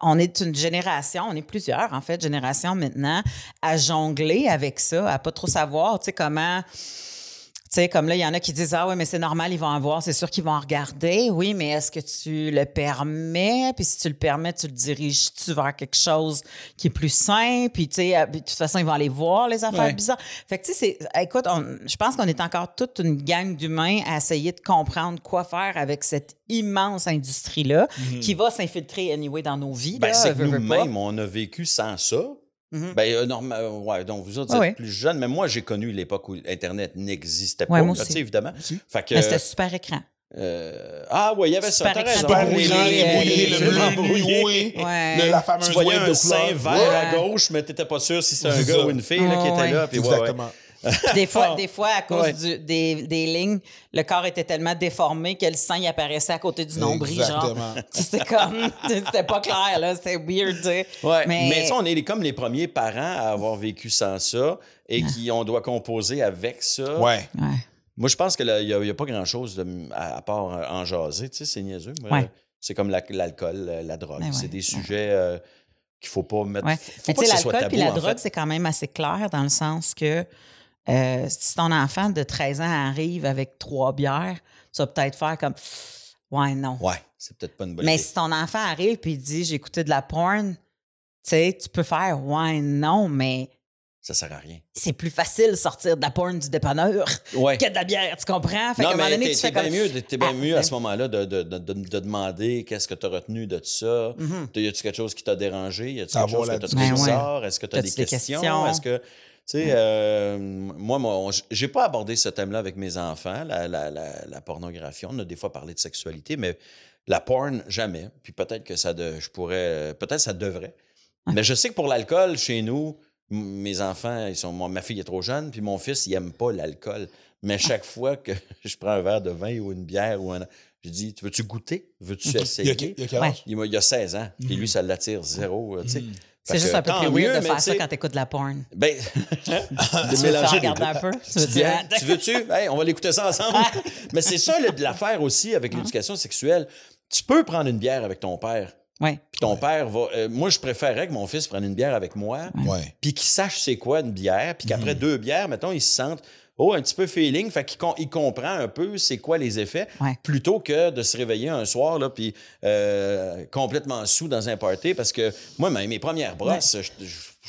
S1: on est une génération, on est plusieurs, en fait, générations maintenant, à jongler avec ça, à pas trop savoir, tu sais, comment. Tu sais, comme là, il y en a qui disent Ah oui, mais c'est normal, ils vont en voir, c'est sûr qu'ils vont en regarder. Oui, mais est-ce que tu le permets? Puis si tu le permets, tu le diriges-tu vers quelque chose qui est plus sain? Puis, tu sais, euh, puis de toute façon, ils vont aller voir les affaires
S3: Ouais.
S1: bizarres. Fait que, tu sais, c'est- écoute, on- je pense qu'on est encore toute une gang d'humains à essayer de comprendre quoi faire avec cette immense industrie-là qui va s'infiltrer, anyway, dans nos vies.
S3: Ben,
S1: là,
S3: c'est que
S1: veux, veux pas.
S3: nous-mêmes, on a vécu sans ça.
S1: Mhm.
S3: Ben, euh, norma- euh, ouais, donc vous autres, vous
S1: Ah
S3: êtes
S1: ouais.
S3: plus jeunes, mais moi, j'ai connu l'époque où Internet n'existait
S1: Ouais,
S3: pas,
S1: moi
S3: là,
S1: aussi.
S3: tu sais, évidemment.
S2: Si.
S3: Fait que,
S1: Mais C'était super écran.
S3: euh, ah, ouais, il y avait ça,
S1: Super
S3: t'as
S1: écran
S3: raison.
S2: Super
S1: Oui,
S2: écran, les
S1: euh,
S2: mouillés,
S1: les
S2: le
S1: gens
S2: bleu mouillé,
S1: Ouais.
S2: le- la
S3: Tu
S2: fameuse
S3: voyais
S2: wave de
S3: un sein
S2: couleur.
S3: vert à
S1: Ouais.
S3: gauche, mais t'étais pas sûr si c'était un
S2: C'est
S3: gars
S2: ça.
S3: ou une fille là, qui
S1: Ah Ouais,
S3: était là.
S1: ouais.
S3: puis ouais, ouais.
S2: Exactement.
S1: Des fois, des fois, à cause
S3: Ah. Ouais.
S1: du- des, des lignes, le corps était tellement déformé que le sang il apparaissait à côté du nombril, genre.
S2: Exactement.
S1: C'était comme, c'était pas clair, là. C'était weird, tu sais.
S3: Ouais, mais,
S1: Mais-
S3: ça, on est les- comme les premiers parents à avoir vécu sans ça et qui on doit composer avec ça.
S2: Ouais.
S1: Ouais.
S3: Moi, je pense qu'il n'y a, y a pas grand-chose de- à, à part euh, en jaser. Tu sais, c'est niaiseux. mais,
S1: Ouais.
S3: euh, C'est comme la- l'alcool, euh, la, drogue.
S1: Ben ouais,
S3: c'est des
S1: ouais.
S3: sujets euh, qu'il ne faut pas mettre.
S1: Ouais.
S3: Faut
S1: Mais
S3: pas
S1: tu sais,
S3: que ce soit
S1: l'alcool puis
S3: tabou,
S1: la
S3: en fait.
S1: drogue, c'est quand même assez clair dans le sens que euh, si ton enfant de 13 ans arrive avec trois bières, tu vas peut-être faire comme, ouais, non.
S3: Ouais, c'est peut-être pas une bonne
S1: mais
S3: idée.
S1: si ton enfant arrive puis il dit, j'ai écouté de la porn, Tu sais, tu peux faire ouais, non, mais
S3: Ça sert à rien.
S1: c'est plus facile de sortir de la porn du dépanneur
S3: Ouais.
S1: que de la bière, tu comprends? Fait qu'à
S3: non,
S1: un moment
S3: mais
S1: donné,
S3: t'es
S1: tu fais
S3: t'es
S1: comme.
S3: bien mieux, t'es bien
S1: Ah,
S3: mieux
S1: ben-
S3: à ce moment-là de, de- de- de- de demander qu'est-ce que tu as retenu de ça.
S2: Hmm.
S1: Mhm.
S3: Y a-tu quelque chose qui t'a dérangé? Y a-tu quelque
S2: Savoir
S3: chose que
S2: la
S3: t'as
S2: discussion.
S3: trouvé
S1: Ben ouais.
S3: bizarre? Est-ce que t'as des
S1: T'as-tu des
S3: questions?
S1: questions?
S3: Est-ce que. Tu
S2: Hmm.
S3: sais, euh, moi, moi, on- j'ai pas abordé ce thème-là avec mes enfants, la, la- la- la pornographie. On a des fois parlé de sexualité, mais la porn, jamais. Puis peut-être que ça de, je pourrais. Peut-être ça devrait. Mais je sais que pour l'alcool, chez nous, m- mes enfants, ils sont. moi, ma fille est trop jeune, puis mon fils, il aime pas l'alcool.
S1: Ah.
S3: Mais chaque fois que je prends un verre de vin ou une bière ou un. Je dis, tu veux-tu goûter? Veux-tu
S2: Il y
S3: essayer?
S2: a, il y a quel âge?
S3: Il, m'a- il a 16 ans, puis lui, ça l'attire zéro. euh, tu sais.
S2: Mhm.
S1: C'est
S3: Fait
S1: juste
S3: que
S1: un peu
S3: tant
S1: plus
S3: mieux,
S1: weird de
S3: mais
S1: faire
S3: tu
S1: ça
S3: sais,
S1: quand t'écoutes de la porn.
S3: Ben,
S1: Tu
S3: de
S1: veux
S3: mélanger. les
S1: regarder
S3: deux.
S1: un peu? Tu
S3: Tu
S1: veux
S3: dis,
S1: dire,
S3: Hey, tu veux-tu? Hey, on va l'écouter ça ensemble. mais c'est ça le- l'affaire aussi
S1: Mm.
S3: avec l'éducation sexuelle. Tu peux prendre une bière avec ton père.
S1: Ouais.
S3: Puis ton père va. euh, moi, je préférais que mon fils prenne une bière avec moi,
S2: Ouais.
S3: puis qu'il sache c'est quoi une bière, puis
S1: Mhm.
S3: qu'après deux bières, mettons, il se sente. Oh, un petit peu feeling, fait qu'il com- il comprend un peu c'est quoi les effets,
S1: Ouais.
S3: plutôt que de se réveiller un soir là, puis euh, complètement sous dans un party. Parce que moi, mes, mes premières brosses, je, je,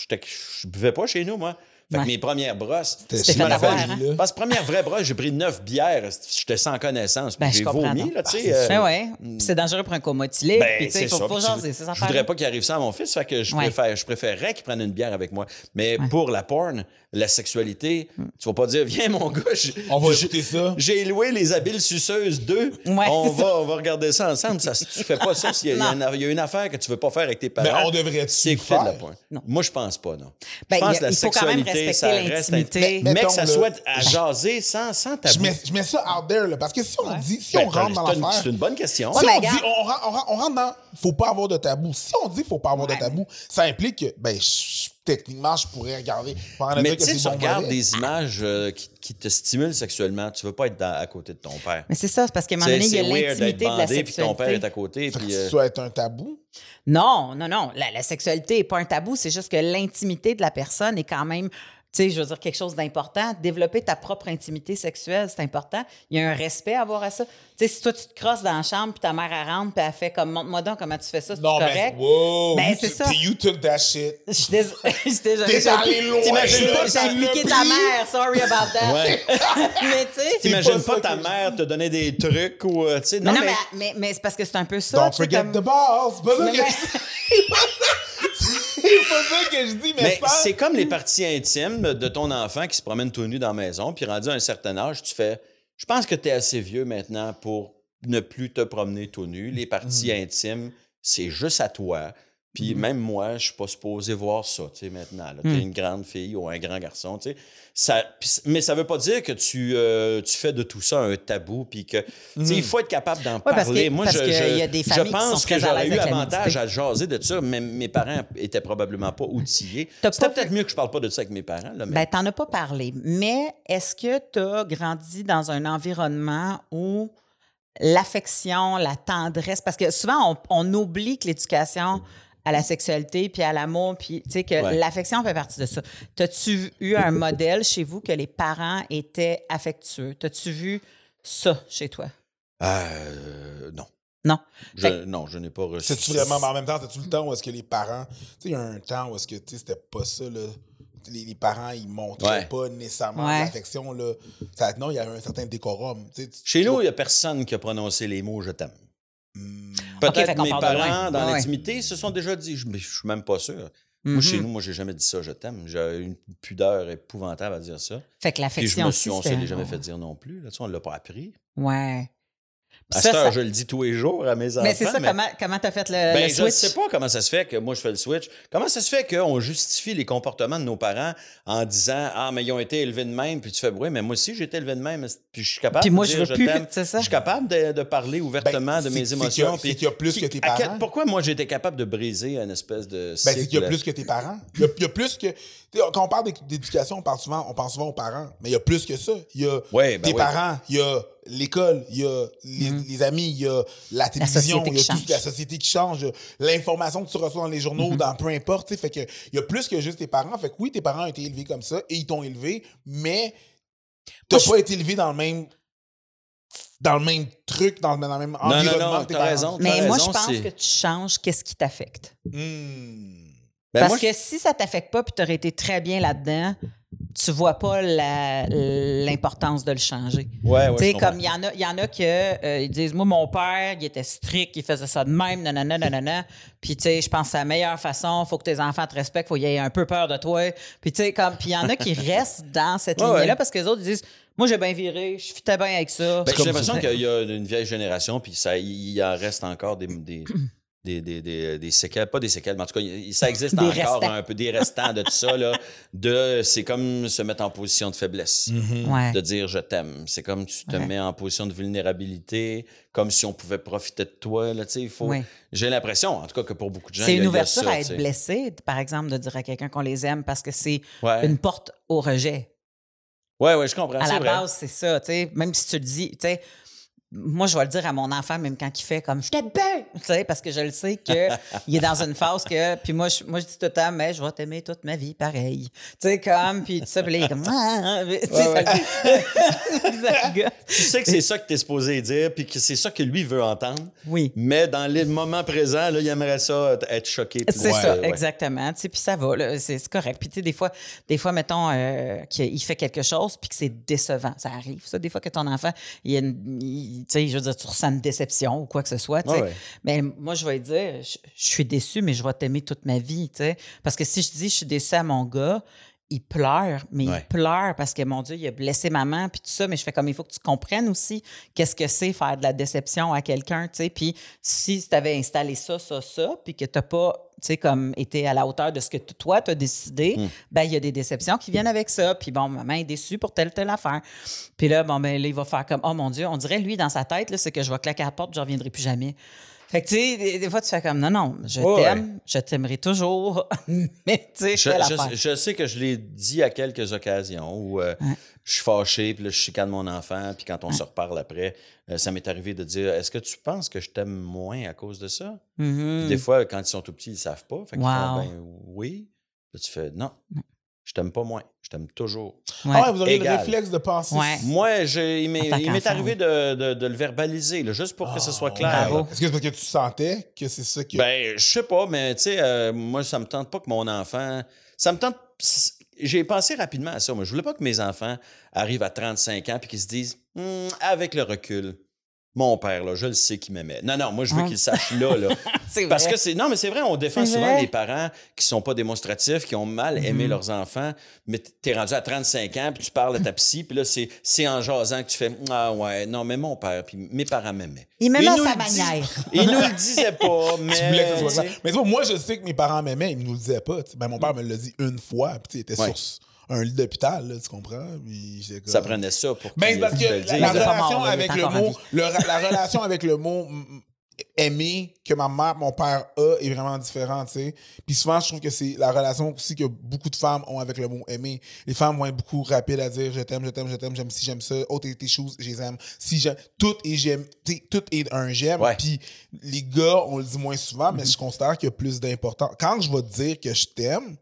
S3: je- je buvais pas chez nous, moi. Fait
S1: Ouais.
S3: que mes premières brosses,
S1: C'était
S3: je me
S1: fait
S3: rappelle,
S1: avoir, hein?
S3: je- parce que première vraie brosse, j'ai pris neuf bières, j'étais sans connaissance, puis
S1: Ben, je
S3: j'ai
S1: comprends,
S3: vomi,
S1: non?
S3: là, tu sais. euh,
S1: Ben ouais. Puis c'est dangereux pour un coma éthylique.
S3: ben,
S1: Puis tu sais,
S3: c'est
S1: il faut
S3: ça.
S1: pas
S3: Puis tu-
S1: jaser, ces
S3: Je voudrais
S1: affaires.
S3: pas qu'il arrive ça à mon fils, fait que je,
S1: Ouais.
S3: préfère, je préférerais qu'il prenne une bière avec moi. Mais
S1: Ouais. Mm.
S3: pour la porn, la sexualité, tu vas pas dire, viens mon gars, je-
S2: On va
S3: je-
S2: écouter ça.
S3: j'ai loué les habiles suceuses 2.
S1: Ouais,
S3: on,
S1: c'est
S3: va, on va regarder ça ensemble. Ça, tu fais pas ça s'il y, a- il y a une- il y a une affaire que tu veux pas faire avec tes
S2: Mais
S3: parents.
S2: on devrait-tu
S3: c'est
S2: le
S3: écouter de la
S2: faire?
S3: porn.
S1: Non.
S3: Moi, je pense pas, non.
S1: Ben,
S3: je pense
S1: il y a-
S3: que la
S1: il faut quand même
S3: sexualité, ça
S1: respecter
S3: reste
S1: l'intimité.
S3: Mais, mais que
S2: Mettons,
S3: ça
S2: là,
S3: soit à jaser sans, sans tabou.
S2: Je mets, je mets ça out there, là, parce que si on dit, si
S3: Ben,
S2: on rentre dans
S3: c'est une-
S2: l'affaire.
S3: C'est une bonne question.
S1: Ouais,
S2: Si
S1: mais
S2: on dit,
S1: regarde.
S2: on, ren- on ren- on rentre dans faut pas avoir de tabou. Si on dit faut pas avoir
S1: Ouais.
S2: de tabou, ça implique que, ben, je- techniquement, je pourrais regarder. pendant
S3: Mais tu sais, tu regardes des images euh, qui, qui te stimulent sexuellement, tu veux pas être dans- à côté de ton père.
S1: Mais c'est ça, c'est parce qu'à un moment
S3: C'est
S1: donné, il y
S3: c'est
S1: a
S3: weird d'être
S1: l'intimité de la
S3: bandé puis ton père est
S1: sexualité.
S3: à côté.
S2: Fait que
S3: Puis, euh,
S2: ça être un tabou.
S1: Non, non, non. La, la sexualité n'est pas un tabou, c'est juste que l'intimité de la personne est quand même, tu sais, je veux dire, quelque chose d'important. Développer ta propre intimité sexuelle, c'est important. Il y a un respect à avoir à ça. Tu sais, si toi, tu te crosses dans la chambre, puis ta mère, elle rentre, puis elle fait comme, montre-moi donc comment tu fais ça, c'est
S2: Non, mais.
S1: correct.
S2: Wow!
S1: Ben,
S2: you
S1: c'est
S2: took-
S1: ça.
S2: You took that shit.
S1: Je suis dés- je suis désolée.
S2: T'es
S1: j'ai-
S2: allé loin,
S1: T'imagines
S2: là,
S1: pas,
S2: t'as
S1: j'ai
S2: le
S1: piqué
S2: prix.
S1: ta mère, sorry about that.
S3: ouais.
S1: Mais tu sais,
S3: T'imagines
S2: pas
S3: pas,
S2: ça
S3: ta
S2: que-
S3: mère te donner des trucs ou. euh, Tu sais,
S1: mais
S3: non,
S1: non,
S3: mais.
S1: mais, mais, mais c'est parce que c'est un peu ça.
S2: Don't
S1: tu sais,
S2: forget
S1: comme-
S2: the balls. C'est pas ça
S1: Non,
S2: que
S1: mais-
S2: c'est pas ça que je dis, mais,
S3: mais
S2: ça-
S3: c'est comme les parties intimes de ton enfant qui se promène tout nu dans la maison, puis rendu à un certain âge, tu fais. Je pense que tu es assez vieux maintenant pour ne plus te promener tout nu. Les parties
S1: Mm.
S3: intimes, c'est juste à toi. Puis même moi, je suis pas supposé voir ça, tu sais, maintenant. Tu es
S1: Mm.
S3: une grande fille ou un grand garçon, tu sais. Ça, puis c- mais ça veut pas dire que tu, euh, tu fais de tout ça un tabou, puis que... tu sais, Il faut être capable d'en
S1: Mm. parce
S3: parler.
S1: que-
S3: moi,
S1: parce
S3: je,
S1: que
S3: je-
S1: il y a des
S3: je
S1: familles qui
S3: pense
S1: sont
S3: que
S1: très à
S3: j'aurais
S1: l'aise
S3: eu
S1: avec la
S3: avantage
S1: nudité.
S3: à jaser de ça, mais mes parents étaient probablement pas outillés.
S1: T'as
S3: C'était
S1: pas
S3: peut-être mieux que je parle pas de ça avec mes parents, là, mais
S1: Ben, t'en as pas parlé, mais est-ce que tu as grandi dans un environnement où l'affection, la tendresse, parce que souvent on, on oublie que l'éducation à la sexualité puis à l'amour, puis tu sais que
S3: Ouais.
S1: l'affection fait partie de ça. T'as-tu eu un modèle chez vous que les parents étaient affectueux? T'as-tu vu ça chez toi?
S3: Euh, non.
S1: Non.
S3: Je,
S1: Fait-
S3: non, je n'ai pas reçu.
S2: C'est-tu vraiment, mais en même temps, c'est-tu le temps où est-ce que les parents. Tu sais, il y a un temps où est-ce que, tu sais, c'était pas ça, là. Les, les parents, ils montraient
S3: Ouais.
S2: pas nécessairement
S1: Ouais.
S2: l'affection, là. Ça, non, il y avait un certain décorum. tu sais, tu-
S3: Chez nous, il n'y a personne qui a prononcé les mots « je t'aime
S2: Hmm. ».
S3: Peut-être
S1: fait qu'on
S3: mes
S1: part de
S3: parents,
S1: loin.
S3: dans
S1: Ouais.
S3: l'intimité, se sont déjà dit. Je ne suis même pas sûr. Moi,
S1: Mhm.
S3: chez nous, moi, j'ai jamais dit ça « je t'aime ». J'ai une pudeur épouvantable à dire ça.
S1: Fait que
S3: Puis je
S1: l'affection.
S3: me suis, on
S1: aussi,
S3: ne s'est
S1: c'était-
S3: jamais fait dire non plus. Là, tu sais, on ne l'a pas appris.
S1: Ouais.
S3: À
S1: Ça,
S3: cette heure,
S1: ça-
S3: je le dis tous les jours à mes enfants.
S1: mais c'est ça, comment comment t'as fait le,
S3: Ben,
S1: le
S3: je ne
S1: Euh, switch?
S3: sais pas comment ça se fait que moi, je fais le switch. Comment ça se fait qu'on justifie les comportements de nos parents en disant Ah, mais ils ont été élevés de même. Puis tu fais Oui, mais moi aussi, j'ai été élevé de même. Puis je suis capable
S1: Puis moi,
S3: de
S1: je
S3: dire
S1: veux plus,
S3: t'aime.
S1: c'est ça.
S3: Je suis capable de, de parler ouvertement
S2: Ben,
S3: de
S2: c'est-
S3: mes
S2: c'est
S3: émotions.
S2: qu'il y a-
S3: puis-
S2: c'est qu'il y a plus
S3: puis
S2: que tes
S3: à quel-
S2: parents.
S3: pourquoi moi, j'étais capable de briser une espèce de.
S2: Ben, c'est qu'il y a
S3: cycle?
S2: plus que tes parents. Il y a, il y a plus que. tu sais, Quand on parle d'é- d'éducation, on, parle souvent- on pense souvent aux parents. Mais il y a plus que ça. Il y a
S3: Ouais, ben
S2: tes
S3: oui.
S2: parents, il y a l'école, il y a les, les amis, il y a la télévision,
S1: Mm. société
S2: il y a
S1: qui
S2: toute la
S1: change. Mm-hmm.
S2: société qui change, il y a l'information que tu reçois dans les journaux, dans peu importe. tu sais, Fait que il y a plus que juste tes parents. Fait que oui, tes parents ont été élevés comme ça et ils t'ont élevé, mais t'as pas été élevé dans le même. Dans le même truc, dans le, dans le même
S3: non,
S2: environnement
S3: non,
S2: que tes
S3: t'as
S2: parents.
S3: raison.
S1: Mais moi,
S3: raison,
S1: je pense
S3: c'est-
S1: que tu changes qu'est-ce qui t'affecte.
S2: Hmm.
S3: Ben,
S1: Parce
S3: moi,
S1: que si ça t'affecte pas puis tu aurais été très bien là-dedans, tu vois pas la- l'importance de le changer.
S3: je- ouais,
S1: tu
S3: ouais, je
S1: sais,
S3: comprends.
S1: comme il y en a, il y en a que euh, ils disent, moi, mon père, il était strict, il faisait ça de même, nanana, nanana. Puis, tu sais, je pense que c'est la meilleure façon, faut que tes enfants te respectent, faut qu'ils aient un peu peur de toi. Puis, tu sais, comme, puis il y en a qui restent dans cette
S3: Ouais,
S1: lignée-là
S3: ouais.
S1: parce que les autres, ils disent, moi, j'ai bien viré, je fitais bien avec ça.
S3: Ben,
S1: C'est
S3: j'ai
S1: comme-
S3: l'impression qu'il y a une vieille génération, puis ça, il en reste encore des, des, des, des, des- des séquelles, pas des séquelles, mais en tout cas, il- ça existe
S1: Des
S3: encore
S1: restants.
S3: un peu, des restants de tout ça, là, de c'est comme se mettre en position de faiblesse.
S1: Mm. Ouais.
S3: De dire je t'aime. C'est comme tu te
S1: Ouais.
S3: mets en position de vulnérabilité, comme si on pouvait profiter de toi. Là, tu sais, il faut...
S1: Ouais.
S3: J'ai l'impression, en tout cas, que pour beaucoup de gens.
S1: C'est
S3: il y
S1: une
S3: a- il y a
S1: ouverture
S3: ça,
S1: à
S3: tu
S1: être
S3: sais.
S1: blessé, par exemple, de dire à quelqu'un qu'on les aime parce que c'est
S3: Ouais.
S1: une porte au rejet.
S3: ouais, ouais, je comprends.
S1: À
S3: c'est
S1: la
S3: vrai.
S1: base, c'est ça, tu sais, même si tu le dis, tu sais, moi, je vais le dire à mon enfant, même quand il fait comme « je t'aime bien tu sais, parce que je le sais qu'il est dans une phase que, puis moi, je, moi, je dis tout le temps « mais je vais t'aimer toute ma vie, pareil », tu sais, comme, puis tout ça, puis là, il est comme « ah, ah, ah, tu sais, ça le- ça le gosse.
S3: Tu sais que c'est ça que tu es supposé dire, puis que c'est ça que lui veut entendre.
S1: Oui.
S3: Mais dans le moment présent, là, il aimerait ça être- être choqué. puis
S1: C'est
S3: ouais,
S1: ça,
S3: ouais.
S1: exactement. Tu sais, Puis ça va, là, c'est c'est correct. Puis tu sais, des fois, des fois, mettons euh, qu'il fait quelque chose puis que c'est décevant. Ça arrive, ça. Des fois que ton enfant, il y a une- il- tu sais, je veux dire, tu ressens une déception ou quoi que ce soit. tu sais.
S3: Ouais, ouais.
S1: Mais moi, je vais lui dire, je, je suis déçu, mais je vais t'aimer toute ma vie. tu sais. Parce que si je dis, je suis déçu à mon gars, il pleure, mais
S3: Ouais.
S1: il pleure parce que mon Dieu, il a blessé maman, puis tout ça. Mais je fais comme il faut que tu comprennes aussi qu'est-ce que c'est faire de la déception à quelqu'un, tu sais. Puis si tu avais installé ça, ça, ça, puis que tu pas, tu sais, comme été à la hauteur de ce que t- toi, tu as décidé,
S3: Mm.
S1: ben il y a des déceptions qui viennent avec ça. Puis bon, maman est déçue pour telle telle affaire. Puis là, bon, ben là, il va faire comme, oh mon Dieu, on dirait lui dans sa tête, là, c'est que je vais claquer à la porte, je reviendrai plus jamais. Fait que, tu sais, des, des fois, tu fais comme, non, non, je
S3: Ouais.
S1: t'aime, je t'aimerai toujours, mais tu sais,
S3: Je,
S1: telle
S3: je-
S1: affaire.
S3: je sais que je l'ai dit à quelques occasions où euh,
S1: Ouais.
S3: je suis fâché, puis là, je chicane mon enfant, puis quand on se reparle après, euh, ça m'est arrivé de dire Est-ce que tu penses que je t'aime moins à cause de ça Puis
S1: Mhm.
S3: Des fois, quand ils sont tout petits, ils ne savent pas. Fait qu'ils
S1: Wow.
S3: font, ben oui. Là, tu fais Non, je t'aime pas moins, je t'aime toujours.
S1: Ouais.
S2: Ah ouais, vous aurez le
S3: Égal.
S2: réflexe de penser.
S1: Ouais.
S3: Moi, j'ai- il
S1: En tant
S3: m'est il m'est
S1: qu'enfant,
S3: arrivé de, de- de le verbaliser, là, juste pour que ce soit clair.
S1: Oh, Bravo.
S2: Ah. Est-ce que c'est parce que tu sentais que c'est ça que.
S3: Ben, je sais pas, mais tu sais, euh, moi, ça me tente pas que mon enfant. Ça me tente. J'ai pensé rapidement à ça. Moi, je voulais pas que mes enfants arrivent à 35 ans puis qu'ils se disent, Hmm, avec le recul, mon père, là, je le sais qu'il m'aimait. Non, non, moi, je veux
S1: Hein?
S3: qu'ils sachent là, là.
S1: C'est
S3: Parce
S1: vrai.
S3: que c'est. Non, mais c'est vrai, on défend
S1: C'est
S3: souvent
S1: vrai.
S3: les parents qui sont pas démonstratifs, qui ont mal aimé
S1: Mhm.
S3: leurs enfants, mais t- t'es rendu à 35 ans, puis tu parles à ta psy, puis là, c'est c'est en jasant que tu fais Ah ouais, non, mais mon père, puis mes parents m'aimaient.
S1: Il m'aime
S3: Ils
S1: à
S3: nous
S1: sa
S3: le disent.
S1: manière.
S3: Ils nous le disaient pas, mais.
S2: Tu voulais que ce soit
S3: Euh, tu sais. Mm.
S2: clair. Mais tu vois, moi, je sais que mes parents m'aimaient, ils ne nous le disaient pas. tu sais. Ben, mon père me l'a dit une fois, puis tu sais, il était
S3: Ouais.
S2: sur un lit d'hôpital, là, tu comprends? Puis j'étais comme-
S3: Ça prenait ça pour
S2: Ben, c'est
S3: qu'il-
S2: parce
S3: qu'il te le
S2: que la,
S3: dise.
S2: la
S1: Il est pas
S2: relation
S1: mort, là, il est
S2: avec le
S1: encore en
S2: mot,
S1: vie.
S2: le ra- la relation avec le mot mm, aimé que ma mère, mon père a est vraiment différente, tu sais. Puis souvent, je trouve que c'est la relation aussi que beaucoup de femmes ont avec le mot aimé. Les femmes vont être beaucoup rapides à dire je t'aime, je t'aime, je t'aime, j'aime si j'aime ça, oh tes, tes choses, je les aime. Si j'aime, tout est j'aime, tu sais, tout est un j'aime.
S3: Ouais. Mm-hmm.
S2: Puis les gars, on le dit moins souvent, mais je considère qu'il y a plus d'importance. Quand je vais te dire que je t'aime,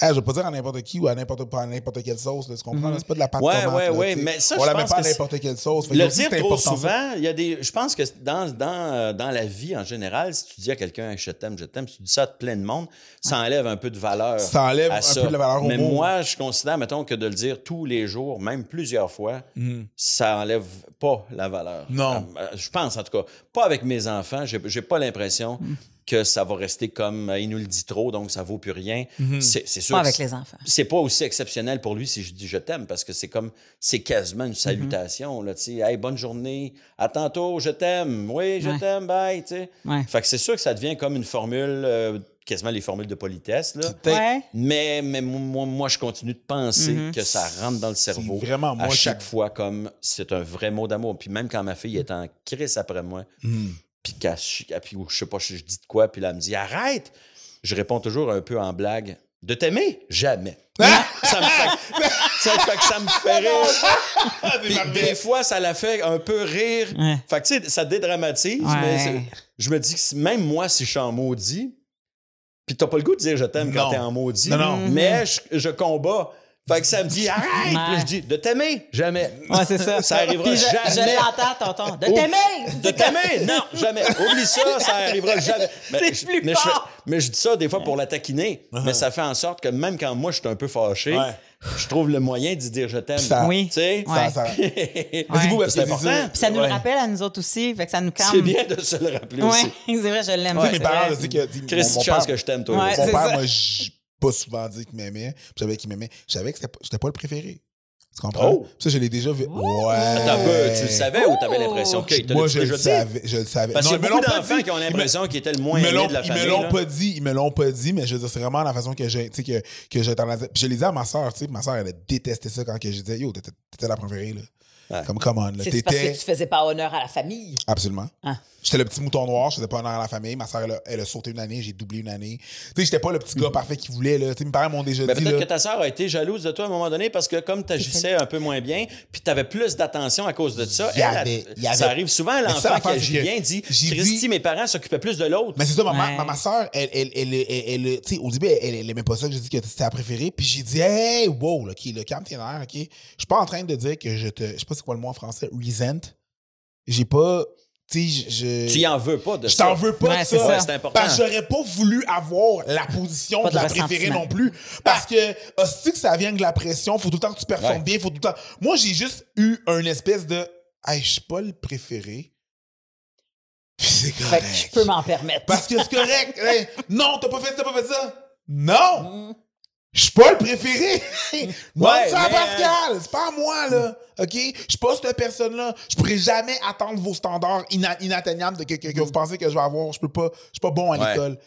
S2: ah, je vais pas dire à n'importe qui ou à n'importe pas à n'importe quelle sauce, là, tu comprends? là,
S3: Mm-hmm.
S2: C'est pas de la pâte
S3: Ouais,
S2: tomate,
S3: ouais,
S2: là,
S3: ouais,
S2: tu sais.
S3: mais ça,
S2: On
S3: je
S2: la met
S3: pense
S2: pas à
S3: que
S2: n'importe quelle sauce. Fait que
S3: Le
S2: aussi,
S3: dire
S2: c'est
S3: trop
S2: important, ça.
S3: souvent, il y a des. Je pense que dans, dans, euh, dans la vie en général, si tu dis à quelqu'un je t'aime, je t'aime, si tu dis ça à plein de monde, ça enlève un peu de valeur.
S2: Ça enlève
S3: à
S2: un
S3: ça.
S2: peu de la valeur au
S3: Mais
S2: mot.
S3: moi, je considère, mettons, que de le dire tous les jours, même plusieurs fois,
S2: Mhm.
S3: ça enlève pas la valeur.
S2: Non.
S3: Euh, Je pense, en tout cas. Pas avec mes enfants. J'ai j'ai pas l'impression
S2: Mm.
S3: que ça va rester comme euh, il nous le dit trop, donc ça vaut plus rien.
S2: Mm-hmm.
S3: C'est c'est sûr
S1: Pas
S3: que
S1: avec
S3: c'est-
S1: les enfants.
S3: c'est pas aussi exceptionnel pour lui si je dis je t'aime parce que c'est comme c'est quasiment
S1: Mm-hmm.
S3: une salutation là tu sais hey bonne journée à tantôt je t'aime oui je
S1: Ouais.
S3: t'aime bye tu sais
S1: Ouais.
S3: fait que c'est sûr que ça devient comme une formule euh, quasiment les formules de politesse là
S1: Ouais.
S3: mais mais moi moi je continue de penser
S1: Mhm.
S3: que ça rentre dans le cerveau
S2: C'est vraiment moi
S3: à
S2: qui-
S3: chaque fois comme c'est un vrai mot d'amour puis même quand ma fille est en crise après moi
S2: Mhm.
S3: puis qu'elle chi- elle- puis je sais pas je dis de quoi puis là elle me dit arrête je réponds toujours un peu en blague de t'aimer jamais ça me fait, ça fait que ça me fait rire Puis des fois ça la fait un peu rire
S1: Ouais.
S3: fait que tu sais ça dédramatise mais
S1: Ouais.
S3: c'est- je me dis que si- même moi si je suis en maudit puis t'as pas le goût de dire je t'aime quand
S2: Non.
S3: t'es en maudit
S2: Non, non.
S3: mais je, je combats Fait que ça me dit, arrête! Puis là, je dis, de t'aimer, jamais.
S1: Ouais, c'est ça.
S3: Ça arrivera
S1: Puis je,
S3: jamais.
S1: Je l'entends, tonton. De t'aimer!
S3: De t'aimer! Non, jamais. Oublie ça, ça arrivera jamais.
S1: C'est
S3: je-
S1: plus
S3: mais je, fais-
S1: fort.
S3: mais je dis ça des fois pour la taquiner, mais ça fait en sorte que même quand moi, je suis un peu fâché,
S2: Uh-huh. Ouais.
S3: je trouve le moyen d'y dire je t'aime.
S2: Ça-
S1: Oui.
S3: Tu sais?
S1: Ouais.
S2: Ça, ça...
S1: Ouais.
S2: C'est vous, parce
S3: C'est
S2: que je
S3: important.
S2: disais-
S1: Puis ça nous
S2: Ouais.
S1: le rappelle à nous autres aussi, fait que ça nous calme.
S3: C'est bien de se le rappeler
S1: Oui,
S3: aussi.
S1: c'est vrai, je l'aime.
S2: Tu sais,
S1: c'est
S2: mes parents,
S1: vrai.
S2: je sais que. tu sais,
S3: Chris,
S2: mon- mon
S3: tu
S2: père-
S3: penses que je t'aime, toi.
S1: Ouais,
S3: aussi.
S2: Mon
S1: c'est
S2: père,
S1: ça.
S2: moi, j'ai pas souvent dit qu'il m'aimait. Puis Je savais qu'il m'aimait. Je savais que c'était pas- j'étais pas le préféré. Tu comprends?
S3: Oh!
S2: Ça, je l'ai déjà vu. Ouais.
S3: Attends un peu, tu le savais ou
S1: Oh.
S3: t'avais l'impression que
S2: Moi, je le savais. Je le savais.
S3: Parce
S2: Non,
S3: qu'il y
S2: ils me
S3: a beaucoup
S2: l'ont pas
S3: d'enfants
S2: dit.
S3: qui ont
S2: Ils me-
S3: l'impression qu'ils étaient le moins
S2: Ils me
S3: aimé
S2: l'ont-
S3: de la
S2: ils
S3: famille.
S2: me l'ont
S3: là.
S2: pas dit, ils me l'ont pas dit, mais je veux dire, c'est vraiment la façon que j'ai, tu sais, que, que j'ai tendance à dire. Puis je l'ai dit à ma soeur, tu sais, ma soeur, elle a détesté ça quand que je disais, yo, t'étais t'étais la préférée, là.
S3: Ouais.
S2: Comme, come on, là.
S1: C'est parce que
S2: T'étais.
S1: tu faisais pas honneur à la famille.
S2: Absolument.
S1: Ah.
S2: J'étais le petit mouton noir, je faisais pas honneur à la famille. Ma soeur, elle a, elle a sauté une année, j'ai doublé une année. Tu sais, j'étais pas le petit gars parfait qu'ils voulaient, là. Tu sais, mes parents m'ont déjà
S3: Mm. Mais
S2: dit,
S3: Ben, peut-être
S2: là.
S3: que ta sœur a été jalouse de toi à un moment donné parce que comme tu agissais un peu moins bien, puis tu avais plus d'attention à cause de ça.
S2: Il y
S3: elle,
S2: avait-
S3: elle-
S2: il y avait-
S3: Ça arrive souvent à
S2: Mais ça,
S3: l'enfant qui
S2: l'affaire,
S3: agit
S2: c'est que
S3: bien dit
S2: j'ai
S3: Christy,
S2: dit-
S3: mes parents s'occupaient plus de l'autre.
S2: Mais c'est ça, ma, ma-
S1: Ouais.
S2: ma, ma soeur, elle, elle, elle, elle, elle- elle- tu sais, au début, elle, elle, elle aimait pas ça que j'ai dit que c'était la préférée. Puis j'ai dit, hey, wow, là, OK, le calme tes nerfs, OK. Je suis pas en train de dire que je te. Je sais pas c'est quoi le mot en français, resent. J'ai pas. Tu sais, je.
S3: Tu y en veux pas de
S2: Je
S3: ça.
S2: t'en veux pas
S1: Ouais,
S2: de
S1: c'est
S2: ça.
S1: ça.
S3: Ouais, c'est important.
S2: Parce que j'aurais pas voulu avoir la position
S1: Pas
S2: de,
S1: de
S2: la préférée
S1: ressentiment.
S2: non plus. Parce que, hostie que ça vient de la pression, faut tout le temps que tu performes
S3: Ouais.
S2: bien, faut tout le temps. Moi, j'ai juste eu une espèce de. Hey, je suis pas le préféré. Puis c'est
S1: Fait
S2: correct.
S1: que je peux m'en permettre.
S3: Bah.
S2: Parce que c'est correct. Hey, non, t'as pas fait, t'as pas fait ça. Non! Je suis pas le préféré. Demande
S3: Ouais,
S2: ça à
S3: mais- euh,
S2: Pascal. C'est pas à moi, là. OK? Je suis pas cette personne-là. Je pourrais jamais atteindre vos standards ina- inatteignables de que, que- que vous pensez que je vais avoir. Je peux pas. Je suis pas bon à
S3: Ouais.
S2: l'école.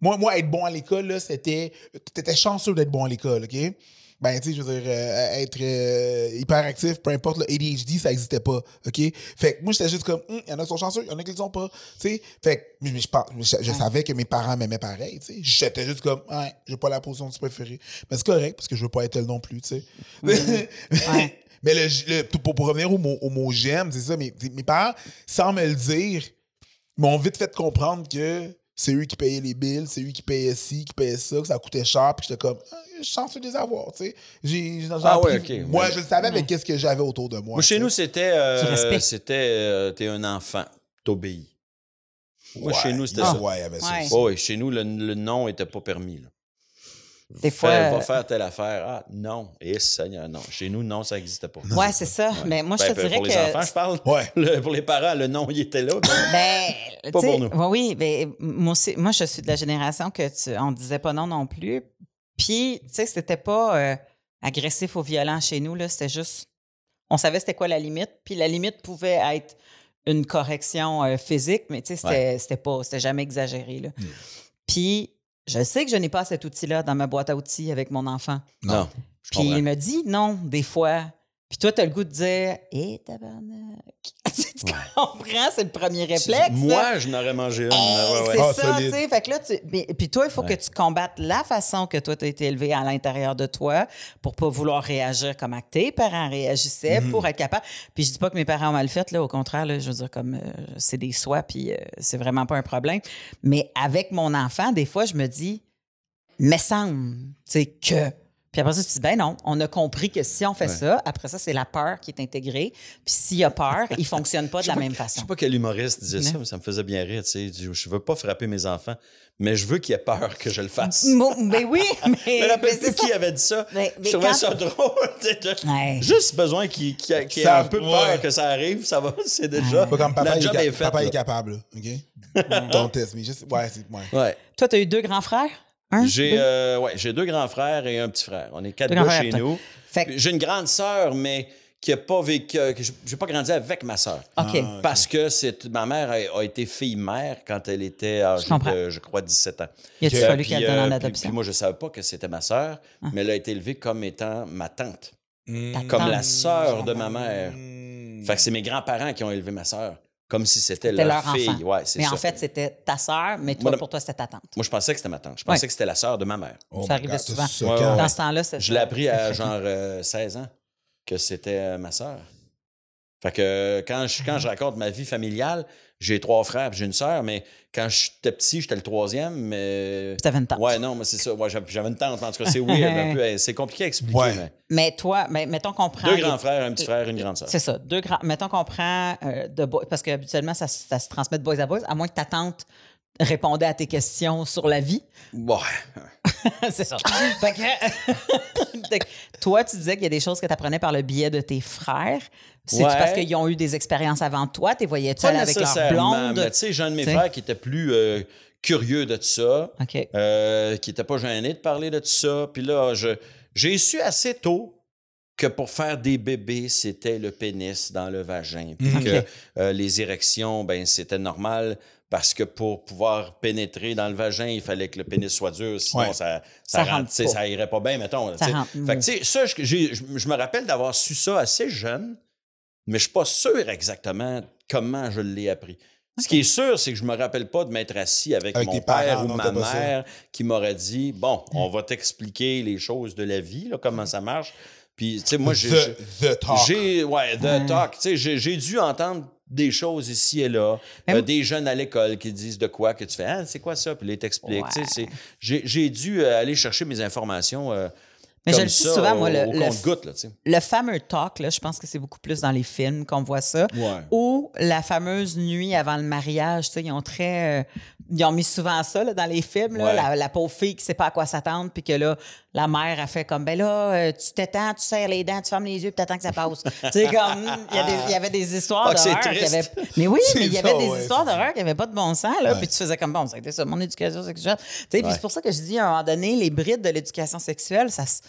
S2: Moi, moi, être bon à l'école, là, c'était. T'étais chanceux d'être bon à l'école, OK? Ben, tu sais, je veux dire, euh, être euh, hyperactif, peu importe, le ADHD, ça n'existait pas, OK? Fait que moi, j'étais juste comme, il y en a qui sont chanceux, il y en a qui le sont pas, tu sais? Fait que, mais- mais je, par- je, je savais que mes parents m'aimaient pareil, tu sais? J'étais juste comme, ouais, j'ai pas la position du préféré. Mais c'est correct, parce que je veux pas être elle non plus, tu sais? mais le, le- pour, pour revenir au mot, au mot j'aime, c'est ça, mes, mes parents, sans me le dire, m'ont vite fait comprendre que c'est eux qui payaient les bills, c'est eux qui payaient ci, qui payaient ça, que ça coûtait cher, puis j'étais comme, Ah, je sens les avoir, tu sais. J'ai, j'en- j'en
S3: Ah ouais,
S2: pris-
S3: ok,
S2: Moi,
S3: ouais.
S2: je le savais avec qu'est-ce que j'avais autour de moi.
S3: Moi, chez
S2: tu
S3: nous,
S2: sais.
S3: c'était.
S1: Du
S3: Euh,
S1: respect.
S3: c'était. euh, T'es un enfant, t'obéis. moi, chez nous, c'était
S2: Ah,
S3: ça.
S2: Ouais, il y avait ça
S1: Ouais.
S2: aussi.
S3: Oh, oui, chez nous, le, le non était pas permis. Là.
S1: Des fois.
S3: Fais- va
S1: euh,
S3: faire telle affaire. Ah, non. Et Seigneur, non. Chez nous, non, ça n'existait pas.
S1: Ouais, c'est ça.
S3: Ouais.
S1: Mais moi, je
S3: Ben,
S1: te dirais
S3: pour
S1: que.
S3: les enfants, je parle.
S2: Ouais.
S3: Le- pour les parents, le non, il était là. mais-
S1: Ben,
S3: Pas
S1: tu sais,
S3: pour nous.
S1: ouais, oui, ben, moi aussi, moi je suis de la génération que tu, on disait pas non non plus. Puis, tu sais, c'était pas euh, agressif ou violent chez nous là, c'était juste, on savait c'était quoi la limite. Puis la limite pouvait être une correction euh, physique, mais tu sais, c'était c'était pas, c'était jamais exagéré là.
S3: Mm.
S1: Puis, je sais que je n'ai pas cet outil-là dans ma boîte à outils avec mon enfant.
S2: Non.
S3: Non. Je
S1: Puis
S3: comprends.
S1: il me dit non, des fois. Puis toi, t'as le goût de dire Hé, tabarnak! tu comprends, c'est le premier
S3: Tu dis,
S1: réflexe. là.
S3: Moi, je n'aurais mangé une.
S1: Hey,
S3: Ouais, ouais.
S1: C'est
S2: Ah,
S1: ça, tu
S2: solide.
S1: sais. Fait que là, tu. mais- Puis toi, il faut
S3: Ouais.
S1: que tu combattes la façon que toi, t'as été élevé à l'intérieur de toi pour pas vouloir réagir comme que tes parents réagissaient, pour être capable. Puis je dis pas que mes parents ont mal fait, là. Au contraire, là, je veux dire, comme euh, c'est des soins, puis euh, c'est vraiment pas un problème. Mais avec mon enfant, des fois, je me dis mais semble, tu sais, que. Puis après ça, tu dis, ben non, on a compris que si on fait
S3: Ouais.
S1: ça, après ça, c'est la peur qui est intégrée. Puis s'il y a peur, il fonctionne pas de la même
S3: Je
S1: façon.
S3: sais pas quel humoriste disait ça,
S1: Non.
S3: mais ça me faisait bien rire. Tu sais, Il dit, je veux pas frapper mes enfants, mais je veux qu'il ait peur que je le fasse.
S1: Bon, ben oui, mais,
S3: Je me
S1: mais
S3: rappelle
S1: c'est
S3: plus
S1: ça.
S3: qui avait dit ça.
S1: Mais- mais
S3: je trouvais
S1: quand-
S3: ça drôle. T'as
S1: Ouais.
S3: Juste besoin qu'il qu'il y ait- qu'il y ait
S2: Ça-
S3: un peu
S2: ouais.
S3: peur que ça arrive, ça va, c'est déjà.
S2: Pas comme papa,
S3: la
S2: il est,
S3: job
S2: ca-
S3: est faite.
S2: papa
S3: là. Mm.
S2: est capable, là, OK? Don't test me. Juste, ouais, c'est, ouais.
S3: Ouais.
S1: Toi, tu as eu deux grands frères? Un?
S3: J'ai
S1: deux?
S3: euh, ouais, j'ai deux grands frères et un petit frère. On est quatre
S1: Hein? Deux grands
S3: gars
S1: frères,
S3: chez
S1: toi.
S3: nous.
S1: Fait que-
S3: J'ai une grande sœur, mais qui a pas vécu. que j'ai- J'ai pas grandi avec ma sœur.
S1: OK.
S2: Ah,
S3: Parce que c'est ma mère a, a été fille-mère quand elle était âgée
S1: comprends.
S3: de, je crois, 17 ans.
S1: Il a-tu
S3: Euh,
S1: fallu
S3: puis,
S1: qu'elle donne
S3: euh,
S1: en
S3: puis-
S1: adoption? Ah.
S3: Puis moi, je ne savais pas que c'était ma sœur, mais elle a été élevée comme étant ma tante,
S2: Mm.
S3: comme
S1: Tante.
S3: la sœur de ma mère.
S2: Mm.
S3: Fait que c'est mes grands-parents qui ont élevé ma sœur, comme si c'était
S1: C'était
S3: leur,
S1: leur
S3: fille.
S1: enfant.
S3: Ouais, c'est
S1: mais
S3: ça.
S1: en fait, c'était ta sœur, mais toi,
S3: Moi, la-
S1: pour toi, c'était ta tante.
S3: Moi, je pensais que c'était ma tante. Je pensais
S1: Ouais.
S3: que c'était la sœur de ma mère.
S2: Oh
S1: ça
S2: my
S1: arrivait
S2: God,
S1: souvent.
S2: c'est
S3: Ouais,
S2: quand-
S3: ouais,
S1: Dans
S3: ouais.
S1: ce temps-là, c'était...
S3: Je l'ai appris
S1: c'est
S3: à
S1: fréquent.
S3: genre euh, 16 ans que c'était euh, ma sœur. Fait que euh, quand je, quand je
S1: Ah.
S3: raconte ma vie familiale, j'ai trois frères puis j'ai une sœur, mais quand j'étais petit, j'étais le troisième. Mais...
S1: Puis t'avais une tante.
S3: Ouais, non, mais c'est ça. Ouais, j'avais j'avais une tante. En tout cas, c'est weird. un peu, euh, c'est compliqué à expliquer.
S2: Ouais.
S3: mais
S1: Mais toi, mais mettons qu'on prend.
S3: Deux
S1: les-
S3: grands frères, un petit frère, une grande sœur.
S1: C'est ça. Deux grands. Mettons qu'on prend euh, de boy- parce que habituellement ça, se- ça se transmet de boys à boys, à moins que ta tante répondait à tes questions sur la vie.
S3: Ouais.
S1: c'est ça. Fait que- Fait que toi, tu disais qu'il y a des choses que tu apprenais par le biais de tes frères. C'est
S3: Ouais.
S1: parce qu'ils ont eu des expériences avant toi. T'es voyais-tu
S3: Pas
S1: aller avec leur
S3: nécessairement, mais
S1: blonde?
S3: tu sais, j'ai un de mes
S1: T'sais.
S3: frères qui était plus euh, curieux de tout ça.
S1: OK.
S3: euh, qui n'était pas gêné de parler de tout ça. Puis là, je- j'ai su assez tôt que pour faire des bébés, c'était le pénis dans le vagin. Puis
S2: Mhm.
S3: que
S1: Mm-hmm. Ok.
S3: euh, les érections, ben c'était normal parce que pour pouvoir pénétrer dans le vagin, il fallait que le pénis soit dur, sinon
S2: Ouais.
S1: Ça
S3: ça, ça, rentre,
S1: rentre
S3: tu sais,
S1: pas.
S3: ça irait pas bien, mettons.
S1: Ça
S3: tu sais.
S1: rentre,
S3: Fait que, tu sais, ça, je, j'ai- je- je me rappelle d'avoir su ça assez jeune, mais je suis pas sûr exactement comment je l'ai appris. Ce qui est sûr, c'est que je me rappelle pas de m'être assis avec,
S2: Avec
S3: mon
S2: tes
S3: père
S2: parents,
S3: ou
S2: non,
S3: ma
S2: t'as pas ça.
S3: mère qui m'aurait dit Bon, on va t'expliquer les choses de la vie, là, comment ça marche. Puis, tu sais, moi, j'ai.
S2: The, the talk.
S3: J'ai, ouais, de
S1: Ouais.
S3: talk. Tu sais, j'ai, j'ai dû entendre des choses ici et là.
S1: Mais
S3: Euh,
S1: moi-
S3: des jeunes à l'école qui disent de quoi que tu fais. Ah, c'est quoi ça? Puis là, ils t'expliquent. Tu sais,
S1: Ouais.
S3: c'est- j'ai, j'ai dû euh, aller chercher mes informations. euh,
S1: Mais
S3: comme
S1: je le dis
S3: ça,
S1: souvent,
S3: au-
S1: moi, le-
S3: au
S1: le-
S3: compte-goutte, là, tu sais.
S1: Le fameux talk, là, je pense que c'est beaucoup plus dans les films qu'on voit ça.
S3: Ouais.
S1: Ou la fameuse nuit avant le mariage, tu sais, ils ont très, euh, ils ont mis souvent ça là, dans les films, là,
S3: Ouais.
S1: la, la pauvre fille qui sait pas à quoi s'attendre, puis que là, la mère a fait comme, ben là, euh, tu t'étends, tu serres les dents, tu fermes les yeux, puis t'attends que ça passe. tu sais, comme, il y, a des- il y avait des histoires
S3: Ah, que c'est
S1: d'horreur. qui
S3: triste.
S1: avaient- Mais oui,
S2: C'est
S1: mais il y
S2: ça,
S1: avait des
S2: ouais,
S1: histoires
S2: c'est ça.
S1: d'horreur qui n'avaient pas de bon sens, là,
S2: Ouais.
S1: puis tu faisais comme, bon, c'était ça, mon éducation sexuelle. Tu sais, puis
S3: Ouais.
S1: c'est pour ça que je dis, à un moment donné, les brides de l'éducation sexuelle, ça se...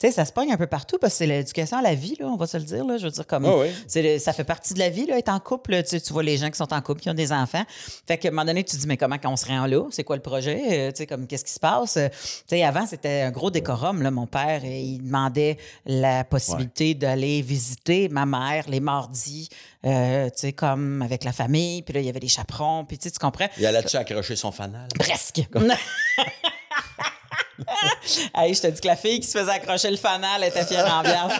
S1: Tu sais, ça se pogne un peu partout parce que c'est l'éducation à la vie, là, on va se le dire. Là, je veux dire, comme
S3: Ah oui.
S1: c'est le- ça fait partie de la vie, là, être en couple. là. Tu, sais, tu vois les gens qui sont en couple, qui ont des enfants. Fait qu'à un moment donné, tu te dis, mais comment qu'on se rend là? C'est quoi le projet? Euh, tu sais, comme, qu'est-ce qui se passe? Euh, tu sais, avant, c'était un gros décorum. Là. Mon père, euh, il demandait la possibilité d'aller visiter ma mère les mardis, euh, tu sais, comme avec la famille. Puis là, il y avait des chaperons. Puis tu sais, tu comprends?
S3: Il allait-tu accrocher son fanal?
S1: Presque. Hey, je te dis que la fille qui se faisait accrocher le fanal était fière en vierge.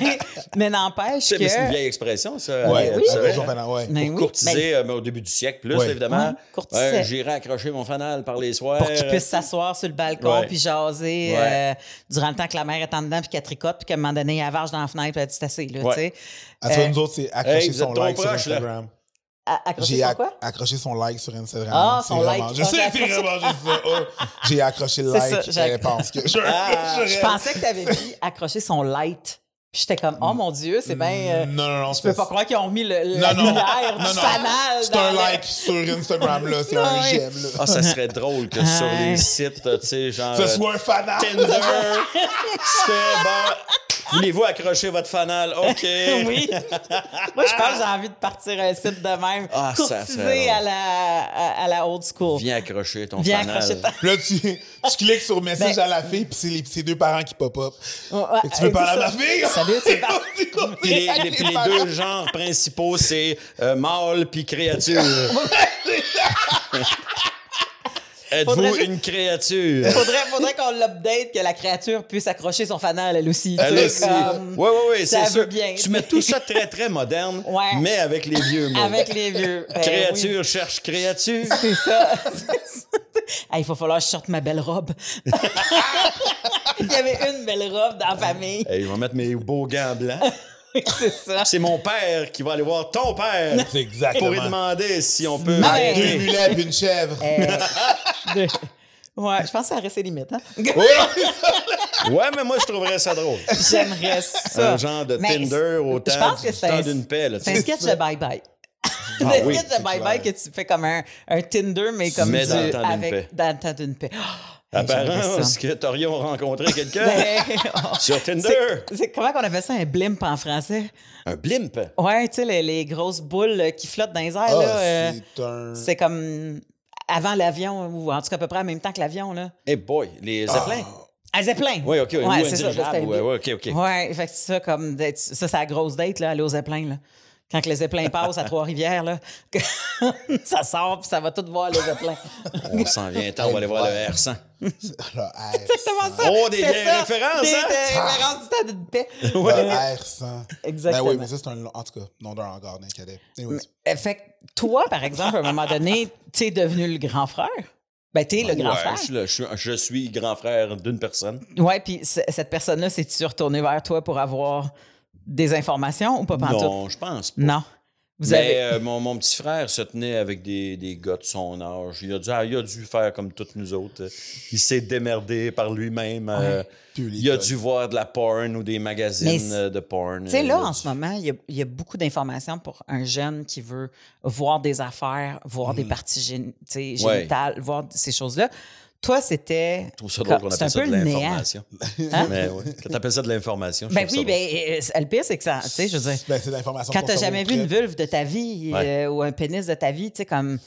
S1: Mais, mais n'empêche
S3: C'est
S1: que...
S3: mais c'est une vieille expression, ça.
S2: Ouais,
S3: euh,
S1: oui,
S3: vous savez,
S2: avec
S1: oui.
S2: Jean Fernand, ouais.
S1: Mais
S3: pour
S1: Ben oui,
S3: courtiser
S1: mais-
S3: euh, mais au début du siècle, plus,
S2: Ouais.
S3: évidemment.
S1: Ouais, courtisait.
S3: Ouais, J'irai accrocher mon fanal par les soirs.
S1: pour qu'il puisse s'asseoir sur le balcon
S3: Ouais.
S1: puis jaser
S3: Ouais.
S1: euh, durant le temps que la mère est en dedans puis qu'elle tricote puis qu'à un moment donné, elle varge dans la fenêtre puis elle dit « C'est assez, là,
S3: Ouais.
S1: tu sais.
S2: À toi,
S1: Euh,
S2: Ah, nous autres, c'est accrocher
S3: hey, vous
S2: son
S3: êtes trop
S2: like sur
S3: proches, là.
S2: Instagram. »
S1: À- accrocher
S2: J'ai
S1: son
S2: acc-
S1: quoi?
S2: accroché son like sur Instagram.
S1: Ah,
S2: C'est
S1: son
S2: vraiment-
S1: like.
S2: Je
S1: Ah,
S2: sais,
S1: j'ai
S2: c'est
S1: accroché-
S2: vraiment juste ça. Oh, j'ai accroché le
S1: C'est ça,
S2: like.
S1: j'ai
S2: je
S1: acc-
S2: pense que. Je,
S3: Ah,
S1: Je
S2: je-
S1: pensais que tu avais dit « accrocher son light ». Puis j'étais comme « Oh mon Dieu, c'est bien... euh,
S3: Mm.
S2: non, non, non.
S1: je peux pas croire qu'ils ont mis le, la
S2: Non, non.
S1: lumière
S2: Non,
S1: du
S2: non.
S1: fanal
S2: C'est
S1: dans
S2: un
S1: le- Oh,
S2: like sur Instagram, là. C'est
S1: Non,
S2: un
S1: oui.
S2: j'aime, là.
S3: Ah, ça serait drôle que sur
S1: Ouais.
S3: les sites, euh, tu sais, genre.
S2: Ce
S3: euh,
S2: soit un fanal.
S3: Tinder. C'est bon. Voulez-vous accrocher votre fanal? OK.
S1: oui. Moi, je pense que j'ai envie de partir un site de même.
S3: Ah, ça serait
S1: courtiser
S3: drôle.
S1: à la, à, à la old school.
S3: Viens accrocher ton
S1: Viens
S3: fanal.
S1: accrocher ta-
S2: Puis là, tu, tu cliques sur message
S1: Ben-
S2: à la fille, puis c'est les petits deux parents qui pop-up.
S1: Ouais,
S2: Et tu veux
S1: euh,
S2: parler à
S1: c'est ça.
S2: ma fille?
S1: Salut, tu parles.
S3: Puis les, les- puis les deux genres principaux, c'est euh, mâle puis créature.
S1: Faudrait
S3: Êtes-vous
S1: juste-
S3: une créature?
S1: Faudrait, faudrait qu'on l'update, que la créature puisse accrocher son fanal, elle aussi. tu sais,
S3: Elle aussi.
S1: comme-
S3: Oui, oui, oui,
S1: ça
S3: c'est
S1: veut
S3: sûr.
S1: bien.
S3: Tu mets tout ça très, très moderne,
S1: Ouais.
S3: mais avec les vieux mots.
S1: Avec les vieux. Ben
S3: Créature cherche créature.
S1: oui, c'est ça. Ah, il faut falloir que je sorte ma belle robe. il y avait une belle robe dans la famille.
S3: Hey, je vais mettre mes beaux gants blancs.
S1: c'est ça.
S3: C'est mon père qui va aller voir ton père
S2: C'est
S3: pour lui
S2: exactement.
S3: demander si on peut.
S1: Ma
S2: Avec
S1: mère.
S2: Deux mulets puis une chèvre.
S1: Euh, de- Ouais, je pense que ça reste limite. Hein?
S3: Ouais, mais moi, je trouverais ça drôle.
S1: J'aimerais ça.
S3: Un genre de
S1: Mais
S3: Tinder au
S1: je
S3: temps,
S1: pense
S3: du
S1: que c'est
S3: temps
S1: un-
S3: d'une paix. Là, tu
S1: C'est un
S3: sais.
S1: sketch
S2: ça.
S1: de bye-bye. C'est
S3: Ah
S1: un
S3: oui,
S1: sketch
S2: c'est
S1: de bye-bye que
S2: clair.
S1: tu fais comme un, un Tinder, mais comme
S3: Mais
S1: du-
S3: dans le temps d'une paix.
S1: avec, dans le temps d'une paix. Oh, hey, j'aimerais
S3: Apparemment,
S1: ça.
S3: est-ce que t'aurions rencontré quelqu'un
S1: Ben, oh.
S3: sur Tinder?
S1: C'est- c'est- Comment qu'on appelle ça un blimp en français?
S3: Un blimp.
S1: Ouais, tu sais, les, les grosses boules euh, qui flottent dans les airs,
S2: Ah,
S1: là, euh,
S2: c'est un.
S1: c'est comme avant l'avion, ou en tout cas à peu près en même temps que l'avion, là.
S3: Eh boy, les zeppelins.
S1: Ah, zeppelin!
S3: Oui, OK,
S1: Ouais,
S3: ou un
S1: c'est ça,
S3: dirigeable.
S1: c'était-
S3: ouais, ouais, OK, OK.
S1: Ouais, fait que c'est ça, comme, d'être- ça, c'est la grosse date, là, aller aux zeppelins, là. Quand que les Zeppelins passent à Trois-Rivières, là, ça sort puis ça va tout voir les Zeppelins.
S3: On s'en vient temps, on va aller voir le R100.
S2: Le
S1: Exactement
S2: R100.
S1: ça.
S3: Oh, des
S1: C'est
S3: vieilles
S1: ça,
S3: références,
S1: Des,
S3: hein?
S1: des références du temps d'une paix.
S2: Le R100.
S1: Exactement.
S2: Ben oui, mais ça, c'est un. long- En tout cas, nom d'un hangar d'un cadet. Anyways.
S1: Euh, Fait que toi, par exemple, à un moment donné, t'es devenu le grand frère. Ben, t'es le grand
S3: Ouais,
S1: frère.
S3: Je, suis le- je suis- je suis grand frère d'une personne.
S1: Ouais, puis c- cette personne-là, s'est-tu retournée vers toi pour avoir des informations ou pas pantoute?
S3: Non, je pense pas.
S1: Non. Vous
S3: Mais
S1: avez.
S3: euh, mon, mon petit frère se tenait avec des, des gars de son âge. Il a dû, ah, il a dû faire comme toutes nous autres. Il s'est démerdé par lui-même. euh,
S2: Puis les
S3: il a
S2: gars.
S3: dû voir de la porn ou des
S1: Mais
S3: magazines
S1: c'est-
S3: euh, de porn.
S1: Tu sais,
S3: Il
S1: là,
S3: a
S1: en
S3: dû-
S1: ce moment, il y a, il y a beaucoup d'informations pour un jeune qui veut voir des affaires, voir des parties gén- tu sais,
S3: Mhm. Ouais.
S1: génitales, voir ces choses-là. Toi, c'était.
S3: Je trouve ça drôle qu'on
S1: C'est un
S3: appelle ça
S1: peu
S3: de
S1: le néant.
S3: l'information.
S1: Hein?
S3: Mais ouais, Quand t'appelles ça de l'information, je
S1: Ben
S3: trouve
S1: oui,
S3: ça drôle.
S1: ben, euh, le pire, c'est que ça. Tu sais, je veux dire.
S2: Ben, c'est de l'information.
S1: Quand
S2: qu'on
S1: t'as
S2: sort
S1: jamais
S2: au
S1: vu une
S2: prêtre.
S1: vulve de ta vie
S3: Ouais.
S1: euh, ou un pénis de ta vie, tu sais, comme.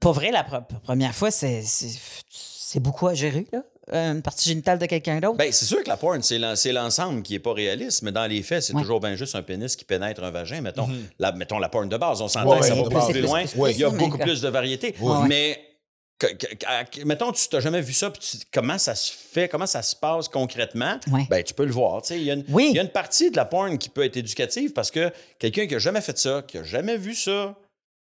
S1: Pour vrai, la pre- première fois, c'est- c'est c'est beaucoup à gérer, là. Euh, Une partie génitale de quelqu'un d'autre.
S3: Ben, c'est sûr que la porn, c'est l'en- c'est l'ensemble qui n'est pas réaliste, mais dans les faits, c'est
S1: Ouais.
S3: toujours bien juste un pénis qui pénètre un vagin. Mettons, la, mettons la porn de base, on s'entend
S2: Mhm. Ouais,
S3: que ça
S2: ouais,
S3: va
S2: de
S3: plus
S2: base.
S3: plus loin.
S2: Ouais.
S3: Il y a
S1: Mais
S3: beaucoup
S1: quand-
S3: plus de variétés.
S1: Ouais.
S3: Mais, que- que- que- mettons, tu t'as jamais vu ça, puis tu- comment ça se fait, comment ça se passe concrètement,
S1: Ouais.
S3: ben, tu peux le voir. tu sais. Il y, a une-
S1: Oui.
S3: il y a une partie de la porn qui peut être éducative parce que quelqu'un qui n'a jamais fait ça, qui n'a jamais vu ça,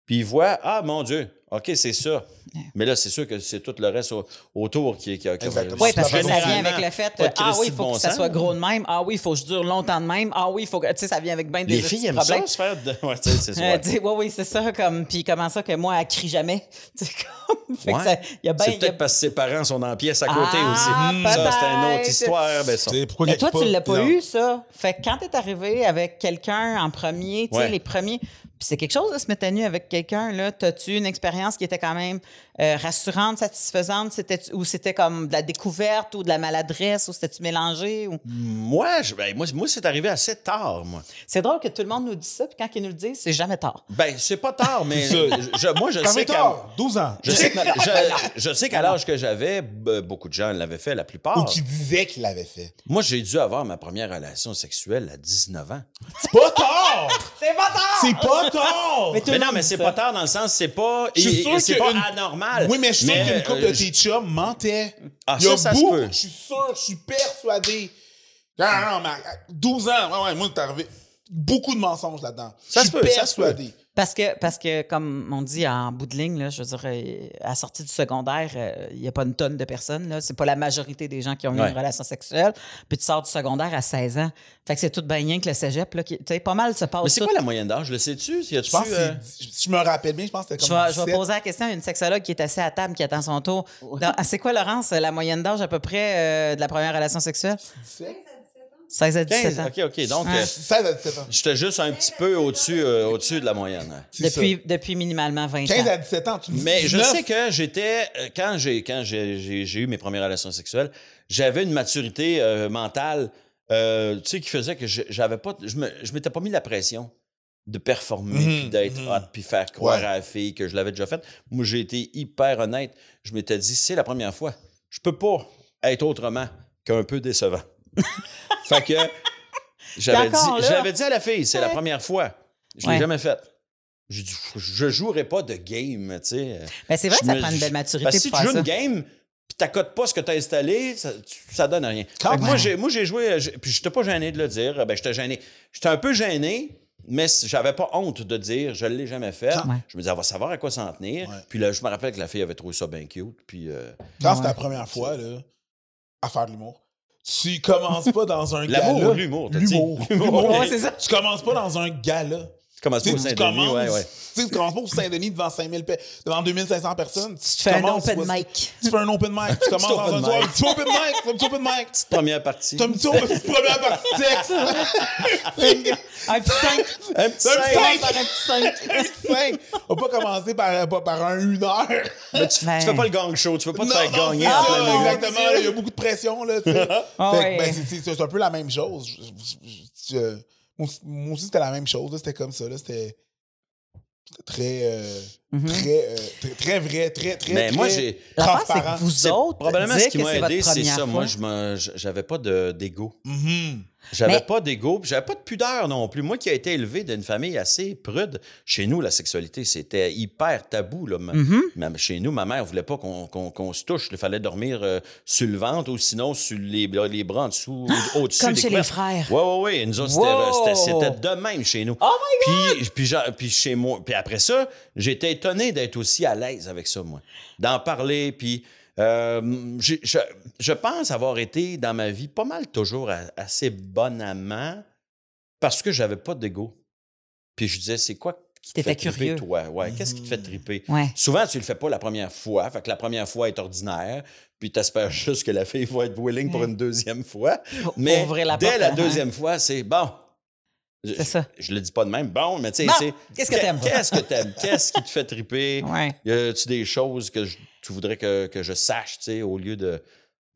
S3: puis il voit, ah mon Dieu, OK, c'est ça.
S1: Ouais.
S3: Mais là, c'est sûr que c'est tout le reste au- autour qui est. qui a- qui a-
S2: Exactement.
S1: Oui, parce que ça
S3: Généralement,
S1: vient avec le fait.
S3: pas de
S1: euh, ah oui,
S3: Christy
S1: il
S3: de
S1: faut
S3: bon
S1: que ça
S3: sens.
S1: soit gros de même. Ah oui, il faut que je dure longtemps de même. Ah oui, il faut que. Tu sais, ça vient avec bien des
S3: Les filles
S1: petits
S3: aiment
S1: problèmes.
S3: ça, se faire de... Ouais, tu sais, c'est ça, ouais.
S1: Euh, tu sais, ouais, oui, c'est ça. Comme, puis comment ça que moi, elle crie jamais? Tu sais, comme. Fait que
S3: Ouais.
S1: ça- Il y a bien.
S3: c'est peut-être parce que ses parents sont en pièce à côté
S1: Ah,
S3: aussi. Ça, c'est une
S1: peut-être.
S3: autre histoire. Ben, ça.
S2: Tu sais, pourquoi
S1: Mais
S2: qu'il y a
S1: toi, tu
S2: pas-
S1: l'as pas
S2: Non.
S1: eu, ça. Fait que quand t'es arrivé avec quelqu'un en premier, tu sais,
S3: Ouais.
S1: les premiers. Puis c'est quelque chose de se mettre à nu avec quelqu'un, là. T'as-tu une expérience qui était quand même euh, rassurante, satisfaisante? C'était, ou c'était comme de la découverte ou de la maladresse ou c'était-tu mélangé? Ou...
S3: Moi, je- ben, moi, moi, c'est arrivé assez tard, moi.
S1: C'est drôle que tout le monde nous dise ça, puis quand ils nous le disent, c'est jamais tard.
S3: Ben, c'est pas tard, mais
S2: C'est ça.
S3: je- je- moi, je
S2: T'en
S3: sais
S2: es
S3: qu'à
S2: tard, 12 ans.
S3: je sais que- je- je sais qu'à l'âge que j'avais, be- beaucoup de gens l'avaient fait, la
S2: Ou
S3: plupart.
S2: qui disait qu'il l'avait fait.
S3: Moi, j'ai dû avoir ma première relation sexuelle à 19 ans.
S2: C'est pas tard!
S1: C'est pas tard!
S2: C'est pas tard!
S1: tout
S3: Mais
S1: le
S3: non,
S1: monde
S3: mais
S1: dit
S3: c'est
S1: ça.
S3: pas tard dans le sens, c'est pas,
S2: Je suis
S3: et-
S2: sûr
S3: et c'est
S2: que
S3: pas
S2: une-
S3: anormal.
S2: Oui, mais je suis sûr qu'une couple
S3: euh,
S2: de tes chums mentait.
S3: Ah,
S2: Il y a
S3: ça, ça se
S2: beaucoup,
S3: peut.
S2: Je suis sûr, je suis persuadé. Non, non, mais à 12 ans, ouais, ouais, moi, t'es arrivé. Beaucoup de mensonges là-dedans.
S3: Ça
S2: je
S3: se
S2: suis
S3: peut, ça se peut.
S2: persuadé.
S1: Parce que, parce que, comme on dit en bout de ligne, là, je veux dire, euh, à la sortie du secondaire, euh, il n'y a pas une tonne de personnes. là. C'est pas la majorité des gens qui ont eu
S3: Ouais.
S1: une relation sexuelle. Puis tu sors du secondaire à 16 ans. Fait que c'est tout bien rien que le cégep. Là, qui, tu sais, pas mal se passe.
S3: Mais c'est
S1: tout.
S3: quoi la moyenne d'âge? Le sais-tu? Y a-tu,
S2: Je pense que
S3: euh,
S2: c'est- Si je me rappelle bien, je pense que c'était
S1: je
S2: comme
S1: vais, je vais
S2: 17.
S1: poser la question à une sexologue qui est assise à table, qui attend son tour. Dans- ah, c'est quoi, Laurence, la moyenne d'âge à peu près euh, de la première relation sexuelle?
S2: 17?
S1: 16 à 17
S3: 15?
S1: ans.
S3: OK, OK. Donc,
S1: Ouais.
S3: euh,
S2: 16 à 17 ans.
S3: J'étais juste un petit peu au-dessus euh, au-dessus de la moyenne.
S2: C'est ça.
S1: Depuis, depuis minimalement 20
S2: 15
S1: ans.
S2: à 17 ans, tu me dis
S3: Mais je
S2: 19.
S3: sais que j'étais euh, quand j'ai quand j'ai- j'ai j'ai eu mes premières relations sexuelles, j'avais une maturité euh, mentale euh, tu sais qui faisait que je- j'avais pas je me- je m'étais pas mis la pression de performer
S1: Mmh,
S2: Mhm,
S3: puis d'être
S2: mhm.
S3: hot puis faire croire
S2: Ouais.
S3: à la fille que je l'avais déjà faite. Moi j'ai été hyper honnête, je m'étais dit c'est la première fois. Je peux pas être autrement qu'un peu décevant. fait que j'avais
S1: D'accord,
S3: dit
S1: là.
S3: j'avais dit à la fille, c'est la
S1: Ouais.
S3: première fois. Je
S1: Ouais.
S3: l'ai jamais faite. J'ai dit, je jouerai pas de game, tu sais.
S1: Ben, c'est vrai que
S3: Je
S1: ça
S3: me-
S1: prend une belle
S3: je-
S1: maturité
S3: Parce que si
S1: pour
S3: tu
S1: faire ça.
S3: joues une game, puis t'accotes pas ce que t'as installé, ça, tu- ça donne rien.
S2: Quand
S3: Fait que moi,
S1: même.
S3: j'ai, moi, j'ai joué, euh, j'ai- puis j'étais pas gêné de le dire. euh, Ben, j'étais gêné. J'étais un peu gêné, mais c- j'avais pas honte de dire, je l'ai jamais fait.
S1: Ouais.
S3: Je me disais, elle va savoir à quoi s'en tenir.
S2: Ouais.
S3: Puis là, je me rappelle que la fille avait trouvé ça bien cute. Puis euh,
S2: Quand
S1: Ouais.
S2: c'est ta première fois, là, à faire de l'humour, tu commences pas dans un
S3: L'amour
S2: gala.
S3: ou l'humour, t'as dit?
S2: L'humour.
S3: L'humour.
S2: L'humour.
S1: Ouais, c'est ça.
S2: Tu commences pas dans un gala.
S3: tu commences
S2: Tu sais,
S3: pas au
S2: tu
S3: Saint-Denis,
S2: commences,
S3: ouais, ouais.
S2: tu sais, tu commences pas au Saint-Denis devant 5000 pe- devant 2500 personnes.
S1: Tu fais un
S2: commences,
S1: open
S2: tu vois,
S1: mic.
S2: Tu fais un open mic. Tu commences
S3: Petit
S2: dans
S3: open
S2: un
S3: mic.
S2: soir, un petit open mic. un petit open mic.
S3: Petite première partie.
S2: T'as un petit open mic. Première partie de sexe.
S1: Un petit 5.
S3: Un petit
S2: un petit
S3: cinq.
S2: cinq. Cinq. On va pas commencer par, par, par un une heure.
S3: Mais tu,
S1: Ouais.
S3: tu fais pas le gang show, tu peux pas te
S2: Non,
S3: faire
S2: non,
S3: gagner
S2: c'est
S3: en
S2: ça,
S3: plein milieu.
S2: Exactement, là, il y a beaucoup de pression. Là, tu sais.
S1: Ah
S2: Fait que,
S1: ouais.
S2: ben, c'est- c'est- c'est un peu la même chose. Je- je- je- je- moi aussi- moi aussi, c'était la même chose. là, C'était comme ça. là, C'était c'était très. euh, très, euh, très, très vrai, très, très,
S3: Mais Ben, moi,
S2: très
S3: j'ai-
S1: Mhm. L'affaire, c'est que
S2: transparent.
S1: vous
S3: C'est
S1: autres,
S3: probablement
S1: dire
S3: ce qui
S1: que
S3: m'a
S1: c'est
S3: aidé,
S1: votre
S3: c'est
S1: première
S3: ça.
S1: fois.
S3: Moi, je me- je- j'avais pas de- d'ego.
S2: Mhm.
S3: J'avais
S1: Mais-
S3: pas d'ego, puis j'avais pas de pudeur non plus. Moi qui ai été élevé d'une famille assez prude, chez nous, la sexualité, c'était hyper tabou. Là. Ma-
S1: Mhm.
S3: ma- chez nous, ma mère voulait pas qu'on qu'on- qu'on se touche. Il fallait dormir euh, sur le ventre ou sinon sur les, les bras en dessous, au-dessus
S1: Comme
S3: des
S1: chez les
S3: couvertes.
S1: frères.
S3: Oui, oui, oui. Nous autres,
S1: Wow!
S3: c'était- c'était c'était de même chez nous.
S1: Oh
S3: Puis, puis, j'a- puis chez moi. Puis après ça, j'étais étonné d'être aussi à l'aise avec ça, moi. D'en parler, puis... euh, j'ai- je, je pense avoir été dans ma vie pas mal toujours a- assez bon amant parce que j'avais pas d'ego. Puis je disais, c'est quoi qui te fait
S1: T'étais
S3: triper,
S1: curieux. Mmh.
S3: toi? Ouais, Qu'est-ce qui te fait triper?
S1: Ouais.
S3: Souvent, tu le fais pas la première fois. Fait que la première fois est ordinaire, puis tu espères juste que la fille va être willing pour
S1: Ouais.
S3: une deuxième fois.
S1: Pour-
S3: Mais
S1: pour ouvrir la
S3: dès
S1: porte,
S3: la
S1: hein.
S3: deuxième fois, c'est bon. Je,
S1: C'est ça.
S3: je le dis pas de même, bon, mais tu sais,
S1: Bon,
S3: c'est.
S1: qu'est-ce que t'aimes?
S3: Qu'est-ce que t'aimes? Qu'est-ce qui te fait triper?
S1: Ouais.
S3: Y a-tu des choses que je- tu voudrais que, que je sache, tu sais, au lieu de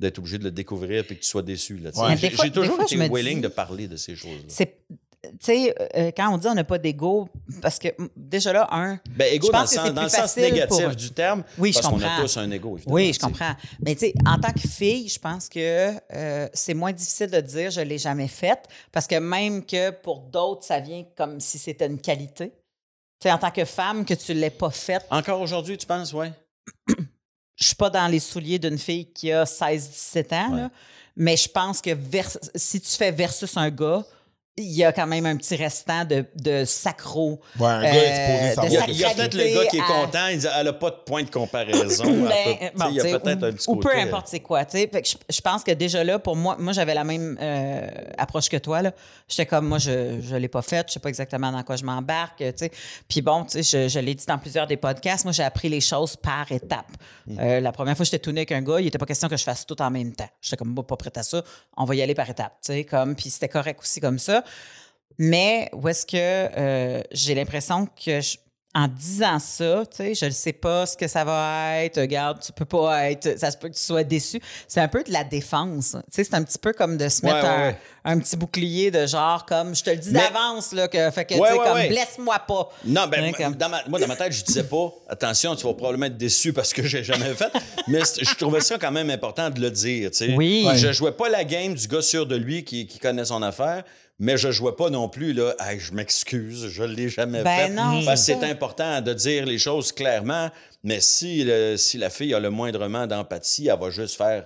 S3: d'être obligé de le découvrir puis que tu sois déçu. Là, tu sais.
S2: Ouais. Mais
S3: J'ai
S1: des fois-
S3: j'ai
S1: des
S3: toujours
S1: fois,
S3: été
S1: je me
S3: willing
S1: dis-
S3: de parler de ces choses-là.
S1: C'est, tu sais, euh, quand on dit on n'a pas d'ego, parce que m- déjà là, un,
S3: Ben, égo
S1: Je
S3: dans
S1: pense
S3: le
S1: que
S3: sens,
S1: c'est
S3: dans le
S1: plus
S3: sens
S1: facile
S3: négatif
S1: pour-
S3: du terme,
S1: Oui, je
S3: parce qu'on a
S1: comprends.
S3: tous un égo, évidemment.
S1: oui,
S3: tu
S1: je
S3: sais.
S1: comprends. Mais tu sais, en tant que fille, je pense que euh, c'est moins difficile de dire je l'ai jamais faite, parce que même que pour d'autres, ça vient comme si c'était une qualité. Tu sais, en tant que femme, que tu l'aies pas faite,
S3: Encore aujourd'hui, tu penses, ouais?
S1: je suis pas dans les souliers d'une fille qui a 16-17 ans,
S3: Ouais.
S1: là, mais je pense que vers- si tu fais versus un gars, il y a quand même un petit restant de, de sacro.
S2: Ouais, un gars
S1: Euh,
S2: est supposé
S1: de
S3: Il y a,
S2: savoir.
S1: sac-
S3: il y a peut-être le gars qui est
S1: à-
S3: content, il dit, elle n'a pas de point de comparaison. Elle peut-
S1: Ben,
S3: tu sais, il y
S1: bon,
S3: a
S1: tu sais,
S3: peut-être
S1: ou,
S3: un petit
S1: ou peu
S3: côté- euh,
S1: importe c'est quoi. tu sais. Fait que je, je pense que déjà là, pour moi, moi j'avais la même euh, approche que toi. là. J'étais comme, moi, je ne l'ai pas faite, je sais pas exactement dans quoi je m'embarque. tu sais. Puis bon, tu sais, je, je l'ai dit dans plusieurs des podcasts, moi j'ai appris les choses par étapes.
S3: Mm.
S1: Euh, la première fois que j'étais tournée avec un gars, il n'était pas question que je fasse tout en même temps. J'étais comme, moi, pas prête à ça, on va y aller par étapes. tu sais, comme, puis c'était correct aussi comme ça. Mais où est-ce que euh, j'ai l'impression que je- en disant ça, tu sais, je ne sais pas ce que ça va être, regarde, tu peux pas être, ça se peut que tu sois déçu. C'est un peu de la défense. Tu sais, c'est un petit peu comme de se
S3: Ouais,
S1: mettre
S3: ouais,
S1: un,
S3: ouais.
S1: un petit bouclier de genre comme je te le dis
S3: Mais-
S1: d'avance, là, que, fait que
S3: Ouais,
S1: tu sais,
S3: ouais,
S1: comme
S3: ouais.
S1: blesse-moi pas.
S3: Non, ben,
S1: Hein,
S3: moi,
S1: comme-
S3: dans ma, moi, dans ma tête, je disais pas, attention, tu vas probablement être déçu parce que j'ai jamais fait, mais c'est- je trouvais ça quand même important de le dire, tu sais.
S1: Oui.
S3: Ouais. Je jouais pas la game du gars sûr de lui qui, qui connaît son affaire, mais je jouais pas non plus, là, Hey, je m'excuse, je l'ai jamais
S1: Ben
S3: fait.
S1: non,
S3: Parce que
S1: c'est
S3: c'est
S1: ça.
S3: important de dire les choses clairement, mais si, le- si la fille a le moindrement d'empathie, elle va juste faire,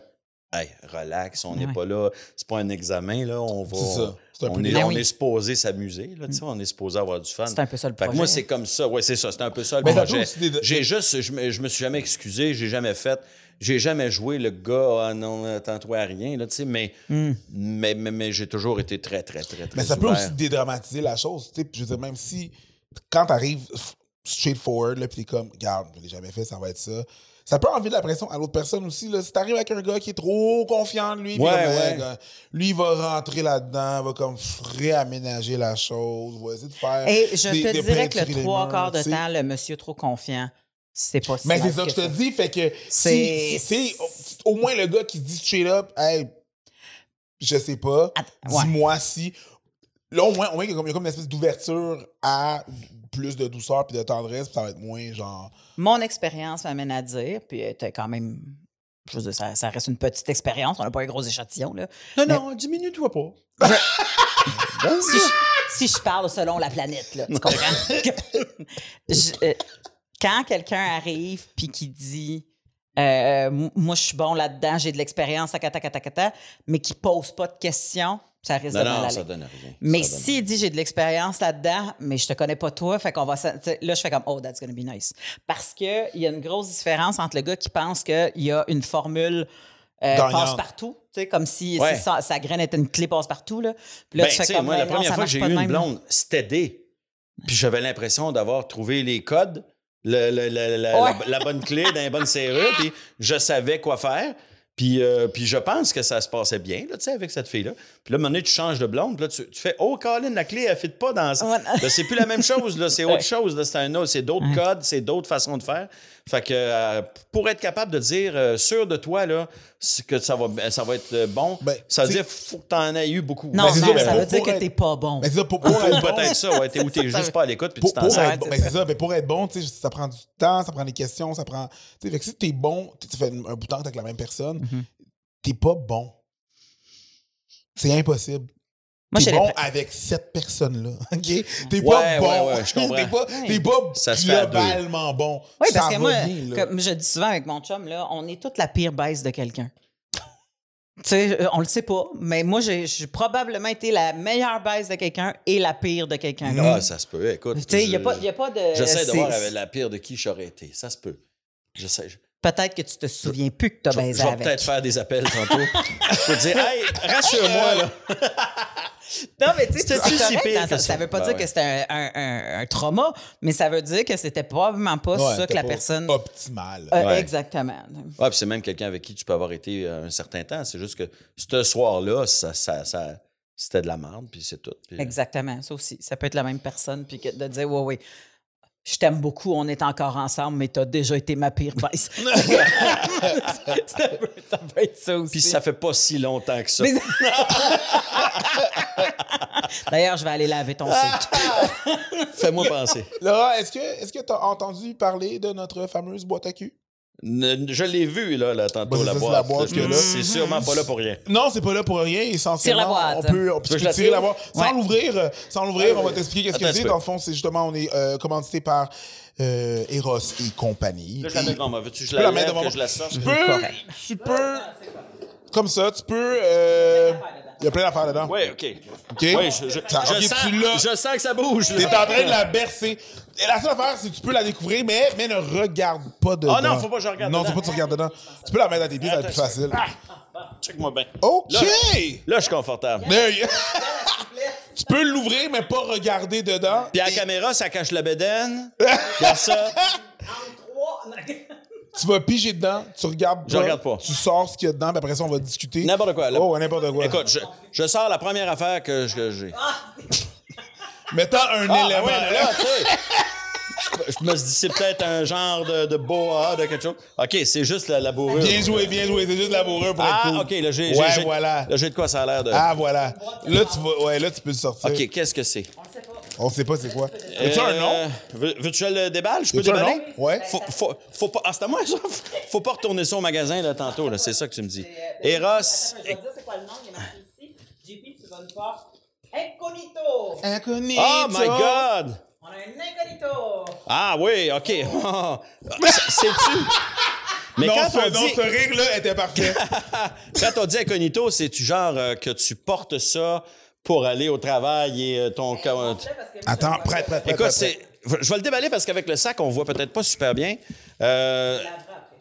S3: hey, relax, on n'est
S1: Ouais.
S3: pas là, c'est pas un examen, là, on va.
S2: C'est ça. C'est un peu
S3: on, est,
S2: des-
S1: Ben
S3: on
S1: oui.
S3: est supposé s'amuser, là, tu sais, on est supposé avoir du fun.
S1: Mm. C'est un peu ça le
S3: Fait que
S1: projet.
S3: moi, c'est comme ça. Oui, c'est ça. C'est un peu ça le
S2: Mais ça peut
S3: projet.
S2: aussi des-
S3: J'ai juste, je me, je me suis jamais excusé, j'ai jamais fait, j'ai jamais joué le gars, ah non, attends-toi à rien, là, tu sais, mais,
S1: Hum.
S3: mais, mais, mais j'ai toujours été très, très, très, très.
S2: Mais ça peut
S3: ouvert.
S2: aussi dédramatiser la chose. tu sais. Puis Je veux dire, même si, quand t'arrives f- straightforward, là, puis t'es comme, regarde, je l'ai jamais fait, ça va être ça. Ça peut enlever de la pression à l'autre personne aussi. Là. Si t'arrives avec un gars qui est trop confiant de lui, puis
S3: Ouais,
S2: comme, hey,
S3: ouais.
S2: gars, lui, il va rentrer là-dedans, va comme réaménager la chose, va essayer de faire.
S1: Et je
S2: Euh, des-
S1: te
S2: des
S1: dirais que
S2: peintres
S1: le trois quarts de
S2: tu sais.
S1: temps, le monsieur trop confiant, c'est pas si
S2: Mais
S1: mal
S2: c'est ça que je te
S1: ça.
S2: dis, fait que
S1: C'est-
S2: si, si- au au moins le gars qui dit straight up, hey, je sais pas,
S1: Att- ouais.
S2: dis-moi si. Là, au moins, au moins il, y a comme, il y a comme une espèce d'ouverture à plus de douceur puis de tendresse, puis ça va être moins genre.
S1: mon expérience m'amène à dire, puis euh, t'as quand même, je veux dire, ça, ça reste une petite expérience, on n'a pas un gros échantillon, là.
S3: Non, non, diminue-toi pas.
S1: Si je, si je parle selon la planète, là, tu comprends? Je- euh, quand quelqu'un arrive puis qui dit, euh, m- moi, je suis bon là-dedans, j'ai de l'expérience, tacata, tacata, mais qui pose pas de questions, ça risque
S3: Non,
S1: de mal
S3: non,
S1: aller.
S3: ça donne rien.
S1: Mais
S3: Ça donne-
S1: s'il dit j'ai de l'expérience là-dedans, mais je te connais pas toi, fait qu'on va s'en- tu sais, là je fais comme oh that's gonna be nice parce que il y a une grosse différence entre le gars qui pense qu'il y a une formule
S2: Gagnante.
S1: passe partout, tu sais comme si, si
S3: Ouais.
S1: sa, sa graine était une clé passe partout là. Puis là
S3: Ben,
S1: tu
S3: tu
S1: fais
S3: sais,
S1: comme
S3: moi,
S1: ben
S3: la
S1: non,
S3: première
S1: ça
S3: fois que
S1: marche
S3: j'ai
S1: pas de
S3: eu une
S1: même.
S3: blonde, c'était des. Puis j'avais l'impression d'avoir trouvé les codes, le- le- le- la,
S1: Ouais.
S3: la- la bonne clé dans les bonnes serrures, puis je savais quoi faire. Puis, euh, puis je pense que ça se passait bien, là, tu sais, avec cette fille-là. Puis là, à un moment donné, tu changes de blonde, puis là, tu, tu fais « Oh, Colin, la clé, elle ne fit pas dans ça.
S1: Ouais.
S3: Là, Ben, c'est plus la même chose, là, c'est
S1: Ouais.
S3: autre chose, là, c'est un autre, c'est
S2: Mm.
S3: d'autres codes, c'est d'autres façons de faire. Fait que euh, pour être capable de dire euh, sûr de toi, là, c'est que ça va, ça va être euh, bon.
S2: Ben,
S3: ça veut
S2: tu sais-
S3: dire faut que tu en aies eu beaucoup.
S1: Non,
S2: Ben, c'est
S1: non,
S2: ça,
S1: ça,
S2: mais pour-
S1: veut dire
S2: pour
S1: que
S2: être-
S1: t'es pas bon.
S3: Ben,
S2: Mais Ben, c'est ça, pour, pour être
S3: Ou
S2: bon,
S3: peut-être ça, ouais, t'es- ou t'es
S1: ça,
S3: juste
S1: ça-
S3: pas à l'écoute, puis
S2: pour,
S3: tu t'en
S2: pour
S3: sers.
S1: Ouais,
S2: être bon,
S1: c'est
S2: ben, c'est ça, mais pour être bon, tu sais, ça prend du temps, ça prend des questions, ça prend. Tu sais, fait que si t'es bon, tu tu fais un bout de temps que t'es avec la même personne,
S1: Mhm.
S2: t'es pas bon. C'est impossible.
S1: Moi,
S2: t'es
S1: j'ai
S2: bon
S1: répé-
S2: avec cette personne-là. OK? T'es pas
S3: Ouais, ouais,
S2: bon.
S3: ouais, je comprends.
S2: t'es pas,
S1: Ouais.
S2: t'es pas
S3: Ça se fait à deux.
S2: globalement bon.
S1: Oui,
S2: ça
S1: parce
S2: va
S1: que moi,
S2: bien, là.
S1: comme je dis souvent avec mon chum, là, on est toute la pire baisse de quelqu'un. tu sais, euh, on le sait pas, mais moi, j'ai j'ai probablement été la meilleure baisse de quelqu'un et la pire de quelqu'un.
S3: Ah,
S1: d'autre.
S3: ça se peut, écoute.
S1: Tu sais, il n'y a,
S3: je-
S1: pas- y a pas de.
S3: J'essaie de
S1: c'est-
S3: voir avec la pire de qui j'aurais été. Ça se peut. Je sais. Je,
S1: Peut-être que tu te souviens plus que t'as
S3: je vais-
S1: baisé
S3: je vais
S1: avec.
S3: peut-être faire des appels tantôt. je peux te dire, hey, rassure-moi, là.
S1: Non, mais tu sais, c'est
S3: C'était-tu si
S1: correct
S3: pire
S1: dans
S3: que
S1: ça.
S3: ça?
S1: Ça veut pas
S3: Ben
S1: dire
S3: ouais.
S1: que c'était un, un- un- un trauma, mais ça veut dire que c'était probablement pas
S2: Ouais,
S1: ça
S2: t'es
S1: que la
S2: pas
S1: personne.
S2: Optimal.
S1: Euh,
S3: Ouais.
S1: Exactement.
S3: Ouais, puis c'est même quelqu'un avec qui tu peux avoir été euh, un certain temps. C'est juste que ce soir-là, ça, ça, ça- c'était de la merde, puis c'est tout. Puis, euh,
S1: Exactement. Ça aussi. Ça peut être la même personne, puis que de dire, ouais, ouais. Je t'aime beaucoup, on est encore ensemble, mais t'as déjà été ma pire baisse. ça, peut, ça peut être ça aussi.
S3: puis ça fait pas si longtemps que ça.
S1: Mais- D'ailleurs, je vais aller laver ton
S3: Ah!
S1: saut.
S3: Fais-moi penser.
S2: Laura, est-ce que est-ce que t'as entendu parler de notre fameuse boîte à cul?
S3: Ne- je l'ai vu, là, là tantôt,
S2: Bah, c'est
S3: la
S2: ça, c'est
S3: boîte.
S2: la boîte
S3: Je
S2: que
S3: me
S2: là.
S3: dis, C'est sûrement pas là pour rien.
S2: Non, c'est pas là pour rien. Essentiellement,
S1: Tire la boîte.
S2: on peut, on peut
S3: Tu veux que je la
S2: tirer la
S3: tire?
S2: boîte. Sans
S1: Ouais.
S2: l'ouvrir, euh, sans l'ouvrir, on va t'expliquer qu'est-ce que
S3: Attends
S2: c'est.
S3: un peu.
S2: Dans le fond, c'est justement, on est euh, commandité par euh, Eros et compagnie.
S3: Là, je la mets devant moi. Veux-tu que
S2: peux
S3: je la,
S2: la mettre
S3: lève,
S2: devant
S3: que
S2: moi.
S3: je la sorte?
S2: Tu peux,
S1: Correct.
S2: tu peux, comme ça, tu peux. euh, Il y a plein d'affaires dedans.
S3: Oui, OK.
S2: Ok.
S3: Ouais, je, je-
S2: Ça-
S3: je
S2: ok,
S3: sens,
S2: tu l'as.
S3: je sens que ça bouge. là.
S2: T'es en train de la bercer. Et la seule affaire, c'est que tu peux la découvrir, mais, mais ne regarde pas dedans.
S3: Ah non, faut pas que je regarde
S2: Non,
S3: dedans.
S2: faut pas que tu regardes dedans. Tu peux la mettre à tes pieds, ça va être plus facile. Ah!
S3: Check-moi bien.
S2: OK!
S3: Là, je suis confortable.
S2: There you- tu peux l'ouvrir, mais pas regarder dedans.
S3: Puis à la
S2: Et
S3: caméra, ça cache la bédaine. Regarde ça.
S2: tu vas piger dedans, tu regardes
S3: Je regarde pas.
S2: Tu sors ce qu'il y a dedans, puis après ça, on va discuter.
S3: N'importe quoi, là.
S2: Oh, ouais, n'importe quoi.
S3: Écoute, je, je sors la première affaire que je- que j'ai. Ah,
S2: Mettons un élément.
S3: ben ouais, mais là, tu sais. Je me suis dit, c'est peut-être un genre de, de boa, de quelque chose. OK, c'est juste la, la bourrure.
S2: Bien joué, bien joué. C'est juste de la bourrure pour être
S3: Ah,
S2: cool.
S3: OK, là, j'ai... j'ai-
S2: Ouais,
S3: j'ai-
S2: voilà.
S3: Là, j'ai de quoi ça a l'air de...
S2: Ah, voilà. Là, tu vas... Ouais, là, tu peux le sortir.
S3: OK, qu'est-ce que c'est?
S2: On sait pas c'est quoi. As-tu un nom?
S3: Euh, veux- Veux-tu que je le déballe? Je peux
S2: As-tu un
S3: déballer?
S2: nom? Ouais.
S3: Faut, faut, faut pas... Ah, c'est à moi, ça? Faut pas retourner ça au magasin, là, tantôt, là. C'est ça que tu me
S1: euh,
S3: dis. Eros...
S1: c'est quoi le nom? Il est marqué ici. JP, tu vas le voir. Incognito!
S2: Inconnu.
S3: Oh, my God!
S1: On a un incognito!
S3: Ah oui, OK. Ah, c'est- C'est-tu? Mais
S2: non,
S3: quand,
S2: ce,
S3: on
S2: non,
S3: dit,
S2: ce rire-là était parfait.
S3: quand on dit incognito, c'est-tu genre euh, que tu portes ça pour aller au travail et euh, ton... co-
S2: Attends, prête, prête, prête.
S3: Écoute,
S2: prête,
S3: c'est... Je vais le déballer parce qu'avec le sac, on voit peut-être pas super bien. Euh,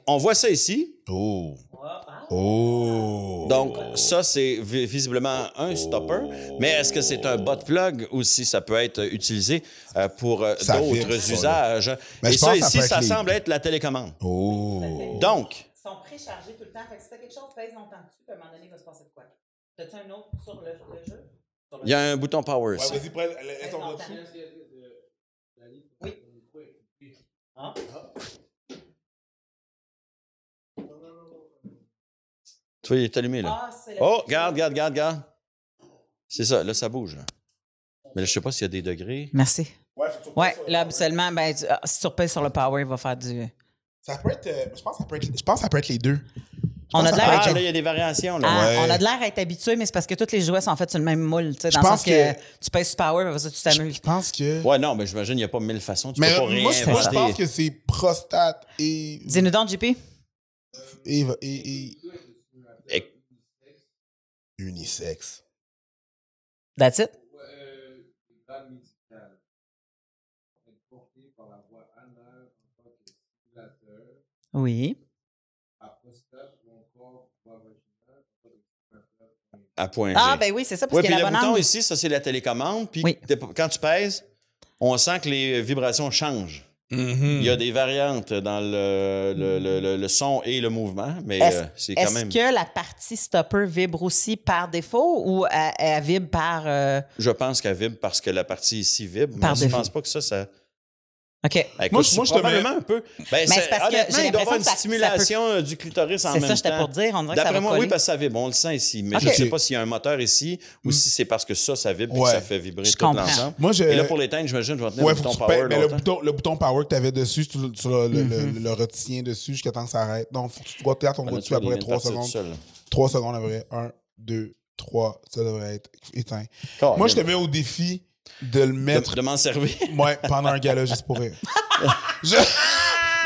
S3: on voit ça ici.
S2: prête. Oh. Oh.
S3: Donc, ça, c'est vi- visiblement un stopper. Mais est-ce que c'est un bot plug ou si ça peut être utilisé euh, pour euh,
S2: Ça vibre,
S3: d'autres
S2: ça,
S3: usages?
S2: Mais
S3: et
S2: je
S3: ça,
S2: pense que ça
S3: ici,
S2: peut être
S3: ça
S2: les
S3: semble être la télécommande.
S2: Oh.
S3: Donc,
S1: Ils sont préchargés tout le temps. Fait que si t'as quelque chose, pèse longtemps dessus, puis à un moment donné, il va se passer de quoi. T'as-tu un autre sur le, le jeu? Sur le
S3: il y a un bouton power.
S2: Ouais,
S3: ici.
S2: vas-y, prête. Laisse tomber
S1: longtemps.
S2: dessus.
S1: Hein?
S3: Tu vois, il est allumé, là.
S1: Ah, c'est le-
S3: Oh, garde, garde, garde, garde. C'est ça, là, ça bouge. là. Mais là, je sais pas s'il y a des degrés.
S1: Merci.
S2: Ouais, faut que tu
S1: Ouais,
S2: repasses sur-
S1: là, habituellement, ben, tu- ah, si tu repèses sur le power, il va faire du.
S2: Ça peut être. euh, je pense que ça peut être, je pense que ça peut être les deux.
S1: On a de l'air à
S3: Ah,
S1: être-
S3: là, il y a des variations, là.
S1: Ah,
S2: ouais.
S1: on a de l'air à être habitué, mais c'est parce que tous les jouets sont faits sur le même moule. tu sais,
S2: Je
S1: Dans le sens
S2: pense
S1: que,
S2: que-
S1: tu pèses sur power, puis après ça, tu t'amuses.
S2: Je pense que.
S3: Ouais, non, mais j'imagine, il n'y a pas mille façons. Tu
S2: Mais
S3: peux pas
S2: euh, moi,
S3: réinventer.
S2: je- moi, je pense que c'est prostate et.
S1: Dis-nous donc, JP.
S2: et, et, et-
S3: Et-
S2: unisexe.
S1: That's it. Oui.
S3: à point G.
S1: Ah, ben oui, c'est ça, parce
S3: Oui,
S1: qu'il
S3: puis
S1: y a
S3: le
S1: la bonne
S3: bouton
S1: angle.
S3: ici, ça, c'est la télécommande. Puis
S1: Oui.
S3: t'es- quand tu pèses, on sent que les vibrations changent. Il y
S1: Hmm.
S3: a des variantes dans le, le, le- le- le son et le mouvement, mais
S1: Est-ce
S3: euh, c'est quand
S1: est-ce
S3: même...
S1: que la partie stopper vibre aussi par défaut ou elle, elle vibre par. euh,
S3: Je pense qu'elle vibre parce que la partie ici vibre, mais
S1: Par
S3: je
S1: défaut.
S3: pense pas que ça, ça...
S1: OK.
S3: Ben, écoute,
S2: Moi, je- moi, je te
S3: probablement un peu. Ben,
S1: c'est
S3: c'est-
S1: parce que
S3: honnêtement,
S1: j'ai
S3: il doit
S1: l'impression
S3: y avoir une
S1: que ça- ça
S3: stimulation euh, du clitoris en
S1: C'est
S3: même
S1: ça, j'étais
S3: temps.
S1: pour dire, on dirait que ça
S3: D'après
S1: va
S3: moi,
S1: coller.
S3: oui, parce que ça vibre. On le sent ici. Mais je
S1: Ok.
S3: ne sais pas s'il y a un moteur ici ou si c'est parce que ça, ça vibre et
S2: Ouais.
S3: que ça fait vibrer
S1: Je
S3: tout
S1: comprends.
S3: l'ensemble.
S2: Moi, je-
S3: Et là, pour l'éteindre, j'imagine, je vais tenir
S2: Ouais,
S3: le
S2: faut que
S3: bouton
S2: tu
S3: power
S2: pètes, mais le
S3: longtemps.
S2: bouton, le bouton power que tu avais dessus, tu, tu le, le- le- le retiens dessus jusqu'à temps que ça arrête. Donc, faut que tu dois te ton
S3: Ah, là,
S2: doigt
S3: tu
S2: dessus
S3: vois, il
S2: après
S3: vient de
S2: 3
S3: partir tout
S2: secondes.
S3: seul, là.
S2: 3 secondes après. 1, 2, 3. Ça devrait être éteint.
S3: Carrément.
S2: Moi, je te mets au défi de le
S3: De-
S2: mettre
S3: de m'en servir.
S2: ouais, pendant un gala juste pour rire. Je-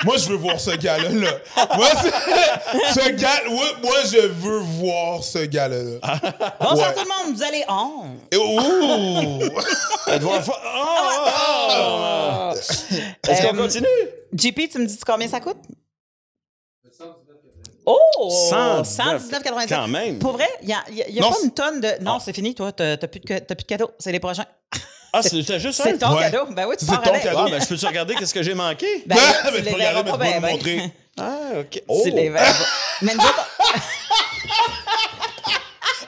S2: Moi, je veux voir ce gala-là. Moi, c'est- ce gars, ouais, moi, je veux voir ce gala-là.
S3: Ah.
S1: Bonsoir
S2: Ouais.
S1: tout le monde, vous allez on.
S2: Et- Ouh!
S3: Elle doit faire- Oh, oh, oh. Est-ce qu'on
S1: Euh,
S3: continue?
S1: JP, tu me dis combien ça coûte? Oh! 119,97.
S3: Quand même.
S1: Pour vrai, il n'y a, y a- y a
S2: Non,
S1: pas
S2: c'est-
S1: une tonne de. Non,
S3: Ah.
S1: c'est fini, toi. T'as t'as plus, de ca- t'as plus de cadeaux. C'est les prochains.
S3: Ah, c'est c'était juste
S1: C'est
S3: ça?
S1: ton
S2: Ouais.
S1: cadeau. Ben oui, tu
S2: C'est
S1: pars
S2: ton
S1: avec.
S2: cadeau.
S3: Ah, ben, je peux-tu regarder qu'est-ce que j'ai manqué?
S1: Ben,
S2: Ah,
S1: tu
S2: mais tu
S1: les
S2: peux
S1: verras
S2: regarder,
S1: pas
S2: mais tu peux
S1: ben,
S2: nous
S1: ben.
S2: montrer.
S3: Ah, OK.
S1: Tu les verras pas. Mais nous autres,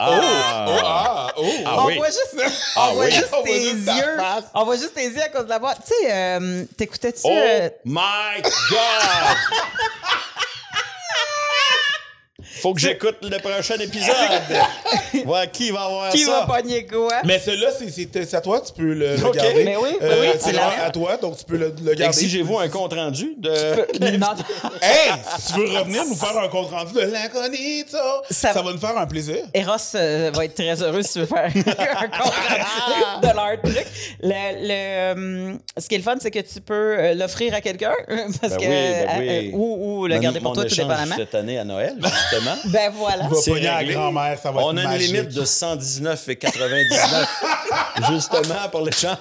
S2: Oh,
S3: Ah,
S2: ah, oh.
S3: Ah
S1: on
S3: oui.
S1: voit juste,
S3: Ah
S1: on voit
S3: oui.
S1: juste
S2: On voit
S1: tes
S2: juste ta
S1: yeux.
S2: face.
S1: On voit juste tes yeux à cause de la boîte. Tu sais, euh, t'écoutais-tu.
S3: Oh
S1: euh,
S3: my God! Faut que j'écoute le prochain épisode. Voir qui va avoir
S1: qui
S3: ça.
S1: va pogner quoi?
S2: Ah, Mais celui-là, c'est- c'est c'est à toi, tu peux le
S3: Ok.
S2: regarder.
S1: Mais oui,
S2: Euh,
S1: oui,
S2: c'est
S1: on l'a.
S2: à toi, donc tu peux le, le garder.
S3: Exigez-vous un compte rendu de. Ben
S1: Non,
S2: Hey, si tu veux revenir nous faire un compte rendu de l'incognito,
S1: Ça-
S2: ça... va nous faire un plaisir.
S1: Eros euh, va être très heureux si tu veux faire un compte rendu de leur truc. Le, le, hum, ce qui est le fun, c'est que tu peux euh, l'offrir à quelqu'un parce
S3: Ben
S1: que,
S3: oui, ben
S1: euh,
S3: oui.
S1: ou, ou le
S3: Mon- e-
S1: garder pour
S3: mon
S1: toi, tout
S3: échange
S1: dépendamment.
S3: cette année à Noël, justement.
S1: Ben voilà.
S2: On va
S3: C'est
S2: pogner à la
S3: réglé.
S2: grand-mère, ça va
S3: On
S2: être
S3: a une
S2: magique.
S3: limite de 119,99 justement pour l'échange.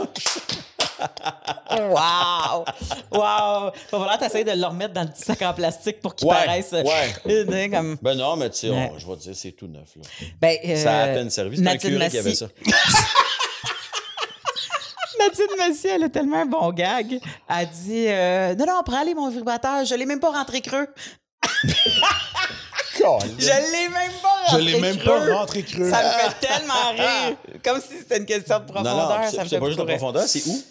S1: Wow! Wow! Va falloir t'essayer de le remettre dans le petit sac en plastique pour qu'il
S3: Ouais,
S1: paraisse. euh,
S3: ouais.
S1: tu sais, comme,
S3: Ben non, mais tu sais,
S1: Ouais.
S3: on- je vais te dire, c'est tout neuf. Là.
S1: ben, euh,
S3: ça a à peine servi. C'était un
S1: Nadine
S3: curé qui avait
S1: Massy-
S3: ça.
S1: Nadine Massy, elle a tellement un bon gag. Elle dit euh, Non, non, prends-les, mon vibrateur, je l'ai même pas rentré creux. Je l'ai même pas
S2: Je
S1: rentré
S2: l'ai même
S1: creux.
S2: pas rentré creux.
S1: Ça me fait tellement rire. Comme si c'était une question de profondeur.
S3: Ah. non, non,
S1: ça
S3: c'est-
S1: me
S3: c'est
S1: fait
S3: pas juste
S1: beaucoup
S3: la
S1: rire.
S3: profondeur, c'est où?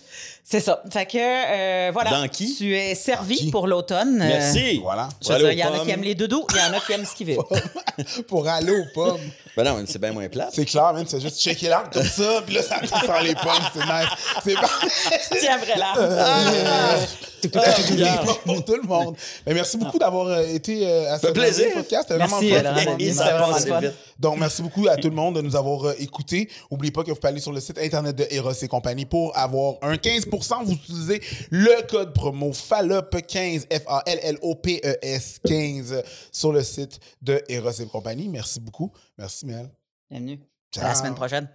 S1: C'est ça. Fait que, euh, voilà.
S3: Dans qui?
S1: Tu es servi
S2: Dans qui?
S1: pour l'automne. Euh,
S3: Merci.
S2: Voilà.
S1: Je veux dire, il y en a qui aiment les doudous, il y en a qui aiment ce qu'ils veulent.
S2: Pour aller aux pommes.
S3: Ben non, c'est bien moins plat.
S2: C'est clair, man, c'est juste checker l'arbre comme ça, puis là, ça sent les pommes, c'est nice. C'est pas...
S1: Tiens, vrai là.
S2: Ah!
S3: regarde.
S2: pour tout le monde. Mais merci beaucoup d'avoir euh, été euh, à ce dernier
S3: plaisir.
S2: podcast. C'était
S1: Merci,
S2: vraiment le fun.
S1: Laurent Daniel.
S2: C'était
S1: Ça
S2: vraiment
S1: passe
S2: le fun.
S1: vite.
S2: Donc, merci beaucoup à tout le monde de nous avoir euh, écoutés. N'oubliez pas que vous pouvez aller sur le site internet de Eros et compagnie pour avoir un 15%. Vous utilisez le code promo FALLOP15, F-A-L-L-O-P-E-S 15 E sur le site de Eros et compagnie. Merci beaucoup. Merci, Mel.
S1: Bienvenue. À
S2: Ciao.
S1: la semaine prochaine.